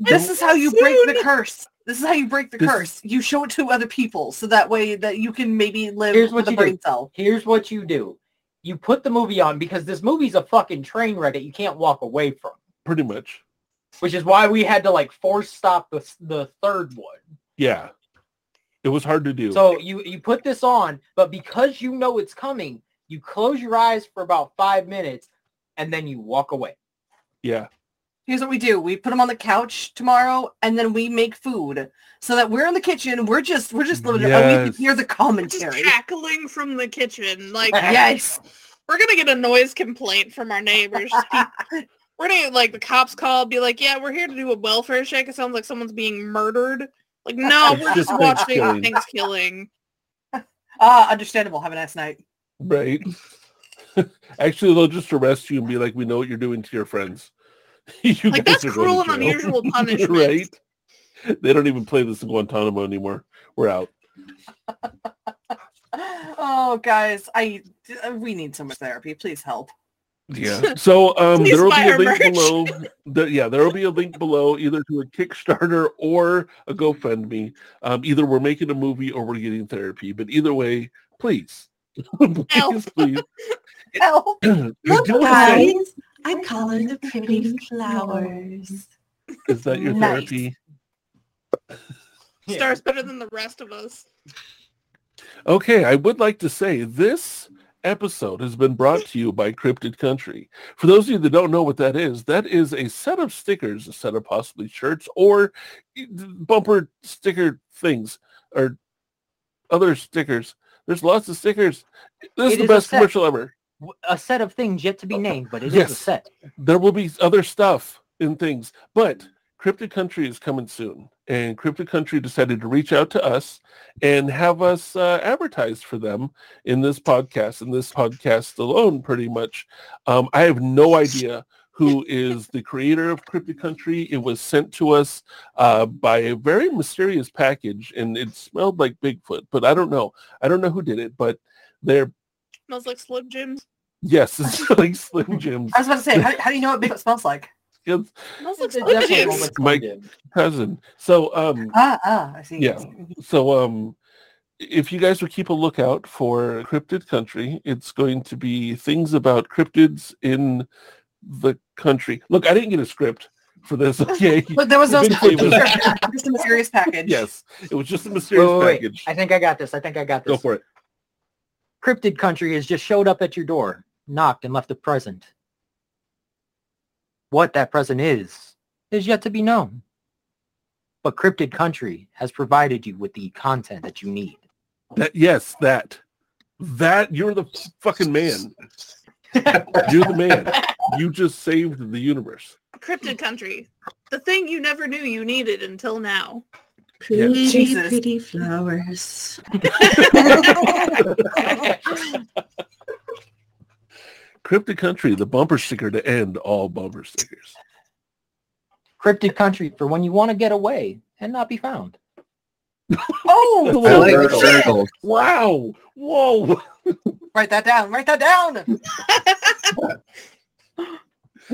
H: This
E: This
H: is how you break the curse. This is how you break the
C: This-
H: curse. You show it to other people, so that way that you can maybe live
B: Here's what
H: with a
B: you do.
H: brain cell.
B: Here's what you do. You put the movie on because this movie's a fucking train wreck that you can't walk away from,
C: pretty much.
B: which is why we had to like force stop the, the third one.
C: Yeah, it was hard to do.
B: So you you put this on, but because you know it's coming, you close your eyes for about five minutes, and then you walk away.
C: yeah,
H: Here's what we do: we put them on the couch tomorrow, and then we make food, so that we're in the kitchen. We're just we're just living, and we
C: Yes.
H: can hear the
E: Just
H: commentary.
E: cackling from the kitchen. Like
H: [laughs] Yes,
E: we're gonna get a noise complaint from
C: [laughs]
E: our neighbors. we're gonna get, like the cops call, be like, "Yeah, we're here to do a welfare check." It sounds like someone's being murdered. Like, no,
H: It's
E: we're just,
C: just
E: watching
C: Thanksgiving.
E: Thanksgiving.
H: ah, understandable. Have a nice night.
C: right. [laughs] Actually, they'll just arrest you and be like, "We know what you're doing to your friends." [laughs] you
E: Like
C: guys
E: that's
C: are going
E: cruel and
C: to jail. [laughs]
E: unusual punishment.
C: right? They don't even play this in Guantanamo anymore. We're out.
H: Oh, guys, I uh, we need so much therapy. Please help.
E: [laughs]
C: Yeah. So um,
E: Please
C: there will be
E: buy
C: a
E: our
C: link
E: merch. [laughs]
C: below. The, yeah, there will be a link below either to a Kickstarter or a GoFundMe. Um, either we're making a movie or we're getting therapy. But either way, please, [laughs]
E: Help.
C: please, please. [clears throat]
H: Help.
C: I
F: Look,
C: do wanna say-
F: guys, I'm calling the pretty flowers.
C: is that your
H: Nice.
C: therapy?
E: Star's better than the rest of us.
C: Okay, I would like to say this episode has been brought to you by Cryptid Country. For those of you that don't know what that is, that is a set of stickers, a set of possibly shirts or e, bumper sticker things or other stickers. There's lots of stickers. This is
B: It
C: the
B: is a
C: best
B: set.
C: commercial ever.
B: W- A set of things yet
C: [laughs]
B: to be named, but it is a
C: Yes.
B: set.
C: There will be other stuff and things, but Cryptid Country is coming soon. And Cryptid Country decided to reach out to us and have us uh, advertise for them in this podcast, in this podcast alone, pretty much. Um, I have no idea who is the creator of Cryptid Country. It was sent to us uh, by a very mysterious package, and it smelled like Bigfoot, but I don't know. I don't know who did it, but they're,
E: Smells like Slim Jims.
C: yes, [laughs] it's like Slim Jims.
H: I was about to say, how, how do you know what Bigfoot smells like?
C: It's
E: Smells like
B: It's
E: Slim
B: definitely
E: Jims.
B: what it's
C: Mike-
B: gonna do.
C: cousin. So um,
H: Ah, ah, I see.
C: Yeah. so um if you guys would keep a lookout for cryptid country it's going to be things about cryptids in the country. Look, I didn't get a script for this. Okay.
H: But there was no
C: Basically, it was-
H: [laughs] just a mysterious package.
C: yes, it was just a mysterious
B: Wait, wait, wait.
C: package.
B: I think I got this. I think I got
C: Go
B: this.
C: for it.
B: Cryptid country has just showed up at your door, knocked, and left a present. What that present is, is yet to be known. But Cryptid Country has provided you with the content that you need.
C: That yes, that that you're the fucking man. you're the man. You just saved the universe.
E: Cryptid country. The thing you never knew you needed until now.
C: Yeah.
F: Pretty,
H: Jesus.
F: pretty flowers.
C: Cryptic Country, the bumper sticker to end all bumper stickers.
B: Cryptid Country for when you want to get away and not be found.
H: Oh,
C: [laughs]
D: I like
C: Whoa.
D: the circles.
C: Wow. Whoa.
H: [laughs] write that down. Write that down.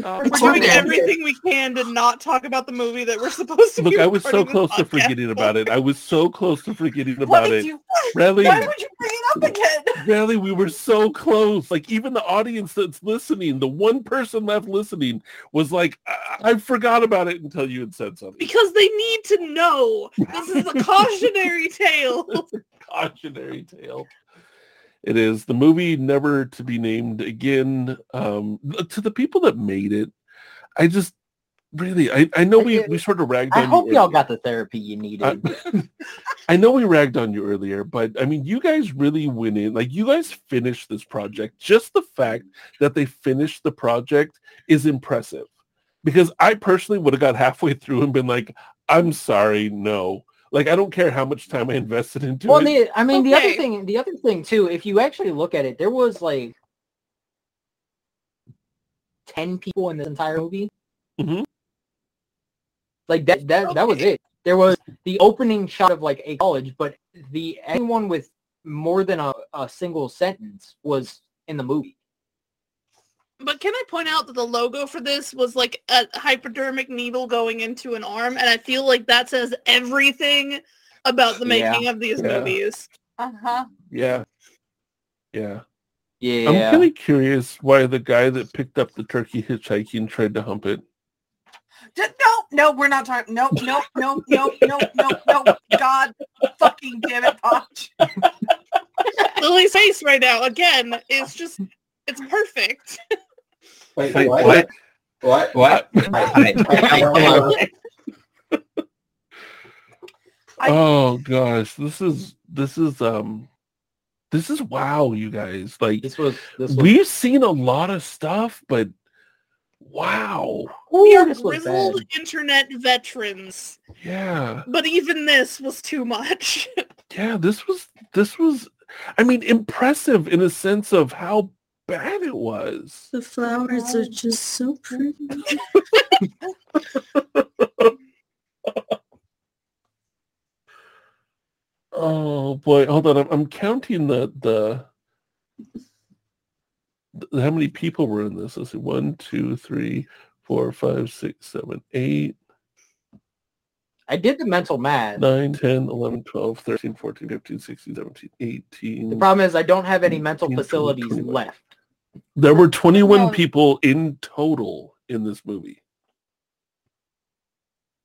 C: Oh,
E: We're
F: Poor
E: doing
F: man.
E: everything we can to not talk about the movie that we're supposed to
C: [laughs]
E: be
C: Look, I was so
E: recording this
C: close to
E: podcast
C: forgetting about it. I was so close to forgetting
H: What
C: about
H: did
C: it.
H: you?
C: Really,
H: Why would you bring it up again?
C: really, we were so close. Like even the audience that's listening, the one person left listening was like, I, I forgot about it until you had said
E: [laughs]
C: something.
E: Because they need to know. This is a cautionary tale.
C: cautionary tale. It is the movie never to be named again. Um, to the people that made it, I just really, I, I know we, we sort of ragged
B: I
C: on
B: hope
C: you
B: y'all
C: earlier.
B: got the therapy you needed.
C: I know we ragged on you earlier, but I mean, you guys really went in. Like, you guys finished this project. Just the fact that they finished the project is impressive, because I personally would have got halfway through and been like, "I'm sorry, no." Like, I don't care how much time I invested into
B: well,
C: it.
B: the, I mean, the
E: Okay.
B: other thing, the other thing too, if you actually look at it, there was like ten people in this entire movie.
C: Mhm.
B: Like that, that, that was it. There was the opening shot of like a college, but the anyone with more than a, a single sentence was in the movie.
E: But can I point out that the logo for this was like a hypodermic needle going into an arm, and I feel like that says everything about the
B: Yeah.
E: making of these
C: Yeah.
E: movies.
H: Uh huh.
C: Yeah. Yeah.
B: Yeah,
C: I'm kind of curious why the guy that picked up the turkey hitchhiking tried to hump it.
H: No, no, we're not talking. No, no, no, no, no, no, no. God, fucking damn it, Potch.
E: Lily's face right now, again, is just, it's perfect.
D: Wait,
C: Wait,
D: what?
B: [laughs]
C: what?
D: What? What? [laughs] I- I- I-
H: I-
C: oh gosh, this is this is um this is wow, you guys. Like
B: this was this was
C: we've seen a lot of stuff, but wow.
E: We are
B: this was
E: grizzled
B: bad.
E: internet veterans,
C: Yeah.
E: but even this was too much.
C: Yeah, this was this was I mean impressive in a sense of how bad it was.
F: The flowers are just so pretty.
C: Oh boy, hold on. I'm, I'm counting the, the the how many people were in this. Let's see, one, two, three, four, five, six, seven, eight,
B: I did the mental math.
C: nine, ten, eleven, twelve, thirteen, fourteen, fifteen, sixteen, seventeen, eighteen.
B: The problem is I don't have any mental
C: 19, 20,
B: facilities
C: 21.
B: left.
C: There were 21
H: Well-
C: people in total in this movie.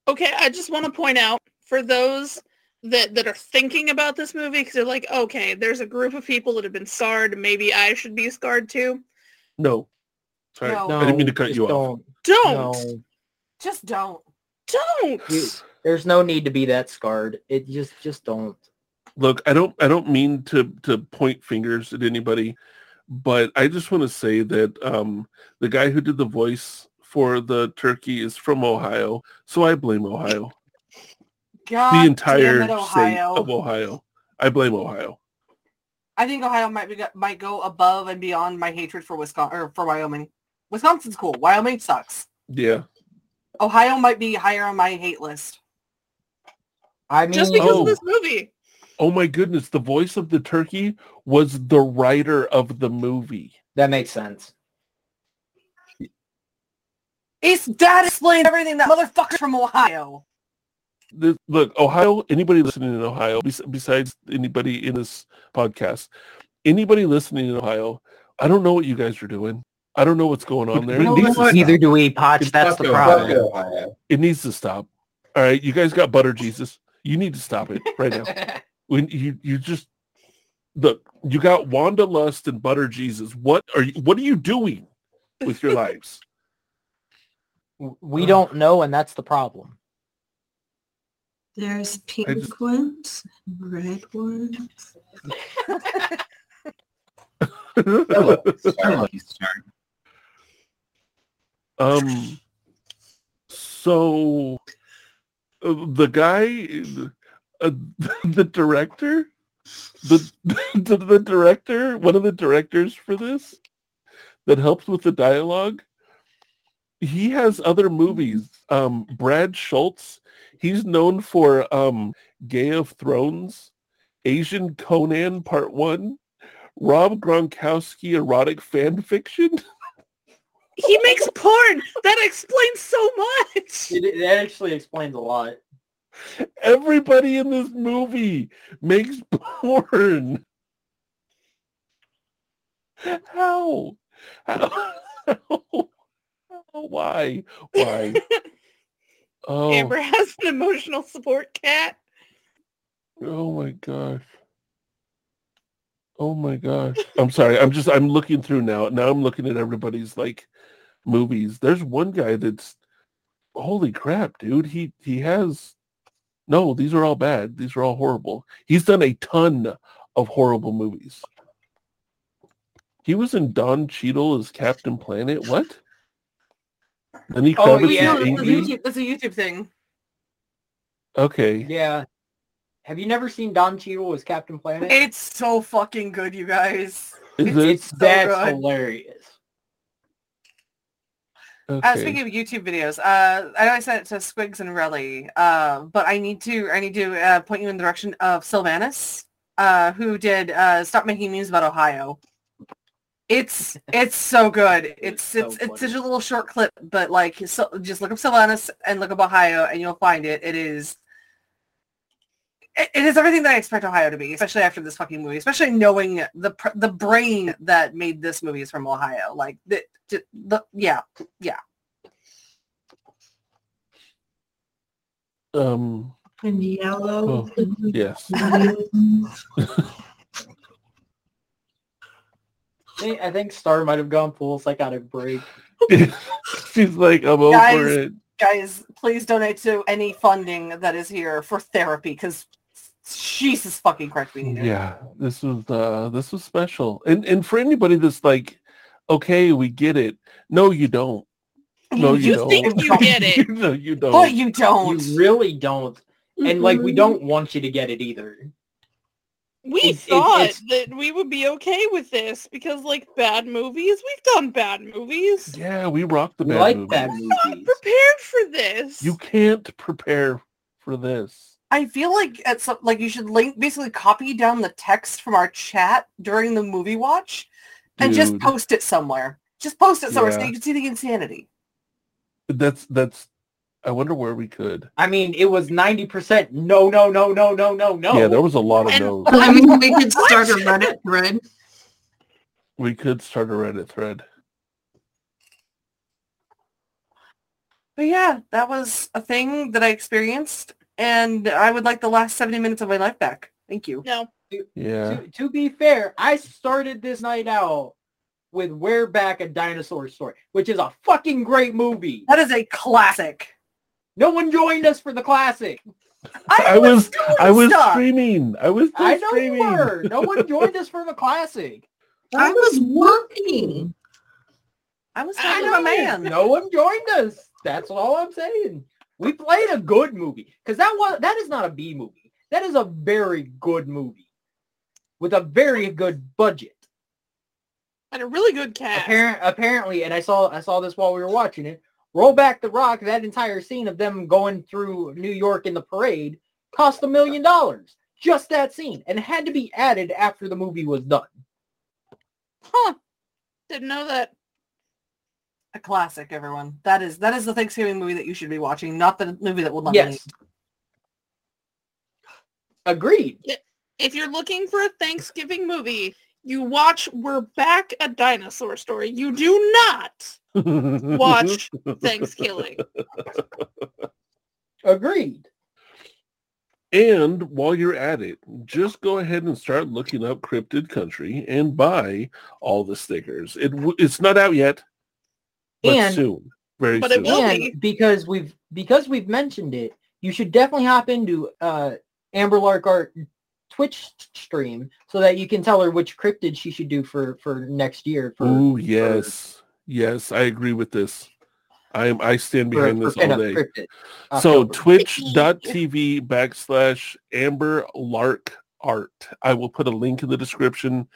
E: Okay, I just want to point out for those that that are thinking about this movie because they're like, okay, there's a group of people that have been scarred. Maybe I should be scarred too.
C: No. Sorry.
H: No.
C: I didn't mean to cut
B: just
C: you off.
B: don't,
E: Don't,
B: no.
H: Just don't.
E: don't.
B: You- there's no need to be that scarred. It just just don't.
C: [sighs] look i don't i don't mean to to point fingers at anybody but i just want to say that um the guy who did the voice for the turkey is from ohio so i blame ohio
H: God,
C: the entire
H: damn it,
C: state
H: Ohio.
C: of ohio i blame ohio
H: I think Ohio might be, might go above and beyond my hatred for Wisconsin or for Wyoming. Wisconsin's cool. Wyoming sucks.
C: yeah
H: Ohio might be higher on my hate list.
B: I mean,
E: Just because
C: Oh.
E: of this movie.
C: oh my goodness the voice of the turkey was the writer of the movie
B: that makes sense.
H: It's that explains everything. That motherfucker's from Ohio.
C: this, look, Ohio, anybody listening in Ohio, bes- besides anybody in this podcast, anybody listening in Ohio, I don't know what you guys are doing. I don't know what's going on there.
D: No,
C: It needs,
D: that's-
C: to,
B: Neither do we, Potch.
D: It's
B: That's
D: fuck
B: the
D: Ohio.
B: problem.
D: Fuck Ohio.
C: it needs to stop. All right, you guys got butter, Jesus. You need to stop it right
B: [laughs]
C: now. when you you just look you got wanda lust and butter jesus what are you what are you doing with your lives
B: We don't know, and that's the problem.
F: There's pink
C: just-
F: ones, and red ones.
D: Hello, Starbucks turn.
C: um so uh, the guy uh, [laughs] the director the, [laughs] the the director one of the directors for this that helps with the dialogue he has other movies um brad schultz he's known for um gay of thrones asian conan part one rob gronkowski erotic fan fiction
E: He makes porn. That explains so much.
B: It, that actually explains a lot.
C: Everybody in this movie makes [laughs] porn. How? How? [laughs] How? Why? Why? Oh,
E: Amber has an emotional support cat.
C: oh my gosh. Oh my gosh. I'm sorry. I'm just, I'm looking through now. Now I'm looking at everybody's like movies. There's one guy that's, holy crap, dude. He, he has, no, these are all bad. These are all horrible. He's done a ton of horrible movies. He was in Don Cheadle as Captain Planet. What? Then he
B: Oh,
C: Kravitz as
B: yeah,
H: No, that's, a
C: Iggy.
H: YouTube, that's a YouTube thing.
C: Okay.
B: Yeah. Have you never seen Don Cheadle as Captain Planet?
H: It's so fucking good, you guys.
C: Is it?
B: it's that's
H: good.
B: hilarious.
H: Uh,
C: Okay.
H: speaking of YouTube videos, uh, I know I sent it to Squigs and Relly, uh, but I need to I need to uh, point you in the direction of Sylvanus, uh, who did uh, "Stop Making News About Ohio." It's it's
B: [laughs]
H: so good. It's
B: so
H: it's it's
B: funny.
H: such a little short clip, but like so, just look up Sylvanus and look up Ohio, and you'll find it. It is. It it is everything that I expect Ohio to be, especially after this fucking movie. Especially knowing the pr- the brain that made this movie is from Ohio. Like the, the, the yeah,
C: um,
F: And yellow.
C: Oh, yes.
B: I think- I think Star might have gone full psychotic break.
C: [laughs] She's like, I'm over
H: Guys.
C: it.
H: guys, please donate to any funding that is here for therapy because Jesus fucking Christ, we need it.
C: Yeah, this was uh, this was special. And and for anybody that's like, okay, we get it. No, you don't. No, you,
E: You
C: don't.
E: think you get it.
C: no, [laughs] you don't.
H: But you don't.
B: You really don't. And like we don't want you to get it either.
E: We
B: It's- it-
E: thought
B: it's-
E: that we would be okay with this because, like, bad movies, we've done bad movies.
C: yeah, we rock the
B: We
C: bad
B: like
C: movies.
B: bad
E: Not
B: movies.
E: prepared for this.
C: You can't prepare for this.
H: I feel like at some, like you should link basically copy down the text from our chat during the movie watch and just
C: dude.
H: post it somewhere. Just post it somewhere so
C: Yeah.
H: you can see the insanity.
C: That's that's. I wonder where we could.
B: I mean, it was ninety percent. No, no, no, no, no, no, no.
C: Yeah, there was a lot of
E: And-
C: those.
F: I mean, we could start a Reddit thread.
C: We could start a Reddit thread.
H: But yeah, that was a thing that I experienced, and I would like the last seventy minutes of my life back. Thank you.
E: no.
C: Yeah.
B: to, to be fair, I started this night out with "We're Back: A Dinosaur Story," which is a fucking great movie.
H: That is a classic.
B: No one joined us for the classic.
C: I was
H: doing
C: I was
H: stuff.
C: streaming. I was still
B: I know you
C: streaming.
B: were. No one joined us for the classic.
H: [laughs]
F: I was working.
H: I was
E: I
H: talking to my man.
B: No one joined us. That's all I'm saying. We played a good movie because that was that is not a B movie. That is a very good movie with a very good budget.
E: And a really good cat.
B: Apparent, apparently, and I saw I saw this while we were watching it. Roll back the rock. That entire scene of them going through New York in the parade cost a million dollars. Just that scene, and it had to be added after the movie was done.
E: Huh. Didn't know that.
H: A classic, everyone. That is that is the Thanksgiving movie that you should be watching, not the movie that will not
B: Yes. Agreed.
E: If you're looking for a Thanksgiving movie, You watch We're Back a Dinosaur Story. You do
C: [laughs]
E: not watch Thanksgiving.
B: Agreed.
C: And while you're at it, just go ahead and start looking up Cryptid Country and buy all the stickers. It w- it's not out yet, but
B: And-
C: soon, very
E: But it
C: soon.
E: will
B: and
E: be.
B: because we've because we've mentioned it, you should definitely hop into uh, Amber Lark Art Twitch stream so that you can tell her which cryptid she should do for for next year for
C: Oh yes, yes, I agree with this. I am. I stand
B: for,
C: behind
B: for
C: this all
B: pinup
C: day.
B: cryptid.
H: Uh,
C: So
B: October.
C: twitch.tv backslash Amber Lark Art. I will put a link in the description.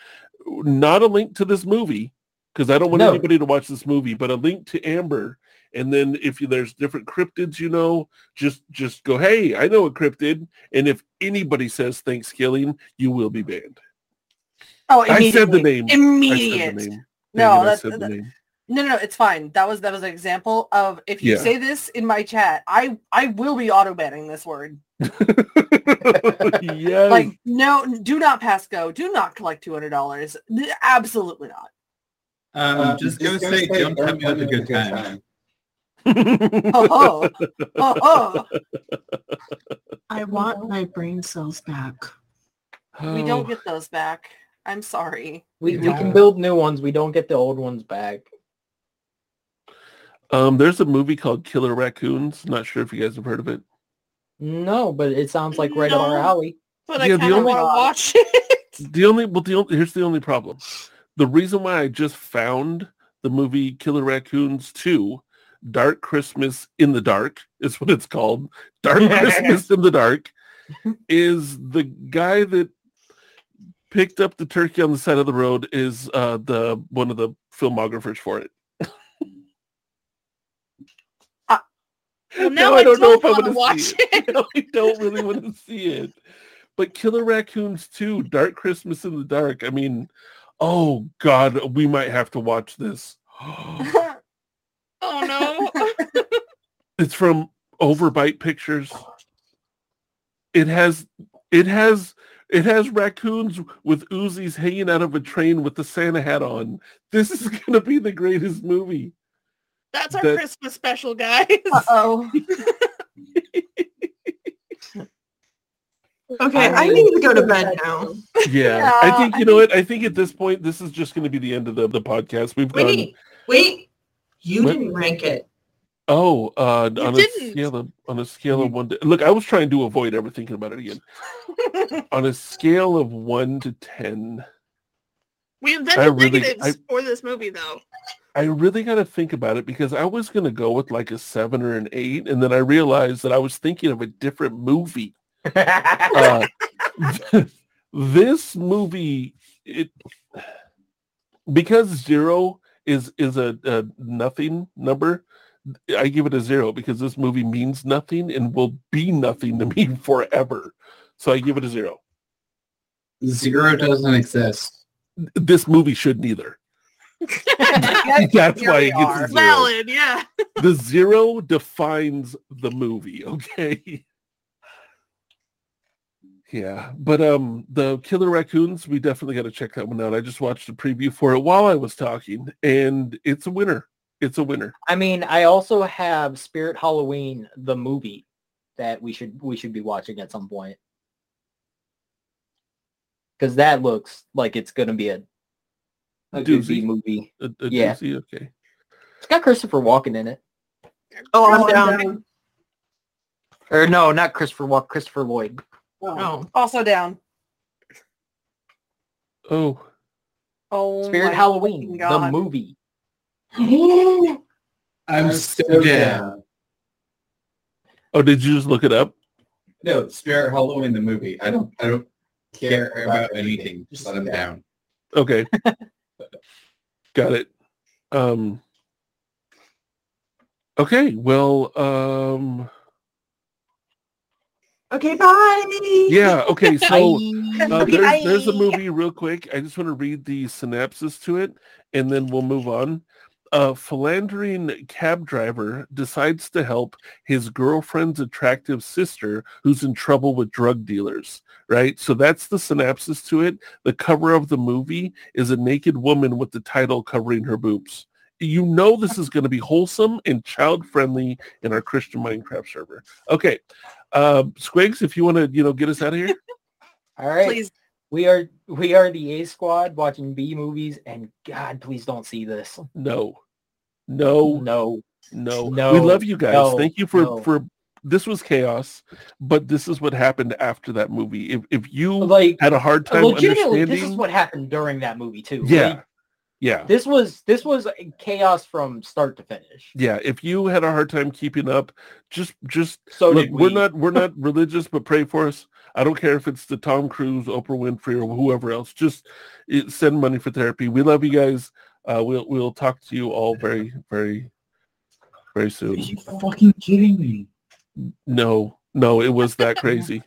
C: Not a link to this movie, because I don't want
B: No.
C: anybody to watch this movie, but a link to Amber. And then if you, there's different cryptids you know, just just go, hey, I know a cryptid. And if anybody says Thanksgiving, you will be banned.
H: Oh,
C: I said the
H: immediately.
C: name. I said the name.
H: Immediate.
C: Dang it,
H: No,
C: I
H: that's,
C: said the
H: that-
C: name.
H: no, no. It's fine. That was that was an example of if you
C: Yeah.
H: say this in my chat, I I will be auto banning this word.
C: [laughs] yes.
H: [laughs] Like, no, do not pass go. Do not collect two hundred dollars. Absolutely not.
D: Um, just go say, don't tell me with a good time.
H: Oh,
C: [laughs]
H: oh, oh,
B: [laughs]
H: oh.
F: I want my brain cells back.
H: we
C: Oh.
H: don't get those back.
B: [laughs]
H: I'm sorry.
B: we, we can build new ones. We don't get the old ones back.
C: Um, there's a movie called Killer Raccoons. Not sure if you guys have heard of it.
B: No, but it sounds like right up our
E: No.
B: alley.
E: But
C: Yeah, the
E: I kind of
C: only-
E: want to watch it.
C: [laughs] The only, well, the only, here's the only problem. The reason why I just found the movie Killer Raccoons 2, Dark Christmas in the Dark, is what it's called. Dark Christmas in the Dark, is the guy that picked up the turkey on the side of the road is uh, the one of the filmographers for it.
E: Well, now, I, don't, want to watch
C: see
E: it. [laughs]
C: No, [laughs] I don't really want to see it. But Killer Raccoons 2, Dark Christmas in the Dark. I mean, oh God, we might have to watch this. [gasps]
E: Oh no.
C: [laughs] it's from Overbite Pictures. It has it has it has raccoons with Uzis hanging out of a train with the Santa hat on. This is [laughs] gonna be the greatest movie.
E: That's our
C: That-
E: Christmas special, guys.
H: oh.
F: Okay, I need to go to bed now.
C: Yeah. I
H: Yeah,
C: think
H: I
C: you know what? I think at this point this is just gonna be the end of the, the podcast. We've gone
F: Wait, wait. You
C: What?
F: didn't rank it.
C: Oh, uh,
E: You
C: on a
E: didn't.
C: scale of on a scale of one to look, I was trying to avoid ever thinking about it
E: [laughs]
C: again. on a scale of one to ten,
E: We invented
C: I really-
E: negatives
C: I-
E: for this
C: [laughs]
E: movie, though.
C: I really got to think about it because I was gonna go with like a seven or an eight, and then I realized that I was thinking of a different movie. Uh, [laughs] this movie, it because zero is is a, a nothing number. I give it a zero because this movie means nothing and will be nothing to me [laughs] forever. So I give it a zero.
D: Zero doesn't exist.
C: This movie shouldn't either.
E: [laughs]
H: Yes,
C: That's
H: here
C: why
H: we
C: it gets
H: are.
C: a zero.
E: Valid, yeah.
C: The zero defines the movie, [laughs] okay? Yeah, but um the Killer Raccoons, we definitely got to check that one out. I just watched a preview for it while I was talking and it's a winner. It's a winner.
B: I mean, I also have Spirit Halloween the movie that we should we should be watching at some point. Cuz that looks like it's going to be a a
C: Doozy.
B: goofy movie.
C: A, a
B: Yeah.
C: doozy, okay.
B: It's got Christopher Walken in it.
F: Oh, I'm down.
B: Or no, not Christopher Walken, Christopher Lloyd.
F: Oh.
H: Also down.
C: Oh,
H: Oh,
B: Spirit
H: my
B: Halloween the
H: God.
B: movie.
D: I'm so down.
C: oh, did you just look it up?
D: No, Spirit Halloween the movie. I don't. I don't care about anything. Just let him down.
C: Okay. Got it. Um Okay, well, um
F: Okay, bye.
C: yeah, okay, so
B: Bye.
C: Uh, there's, there's a movie real quick. I just want to read the synopsis to it, and then we'll move on. a philandering cab driver decides to help his girlfriend's attractive sister who's in trouble with drug dealers, right? So that's the synopsis to it. The cover of the movie is a naked woman with the title covering her boobs. You know this is going to be wholesome and child-friendly in our Christian Minecraft server. Okay. Uh, Squigs, if you want to, you know, get us out of
B: [laughs]
C: here.
B: All right.
G: Please.
B: We are we are the A squad watching B movies and God please don't see this. Oh,
C: No. No,
B: No.
C: No,
B: No,
C: we love you guys.
B: no,
C: Thank you for
B: no.
C: for this was chaos, but this is what happened after that movie. If if you
B: Like uh,
C: had a hard time
B: legitimately this is
C: understanding,
B: what happened during that movie too.
C: yeah,
B: Like,
C: yeah,
B: this was this was chaos from start to finish.
C: yeah. If you had a hard time keeping up, just just
B: So
C: look,
B: did we.
C: we're not we're not religious, but pray for us. I don't care if it's the Tom Cruise, Oprah Winfrey, or whoever else. Just it, send money for therapy. We love you guys. Uh, we'll we'll talk to you all very very very soon.
B: [laughs]
D: fucking kidding me?
C: No, no, it was that crazy.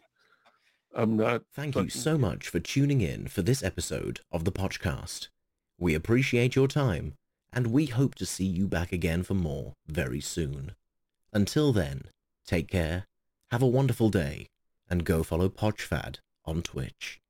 C: I'm not.
A: Thank you
C: Fucking
A: so much for tuning in for this episode of the podcast. We appreciate your time, and we hope to see you back again for more very soon. Until then, take care, have a wonderful day, and go follow Podchfad on Twitch.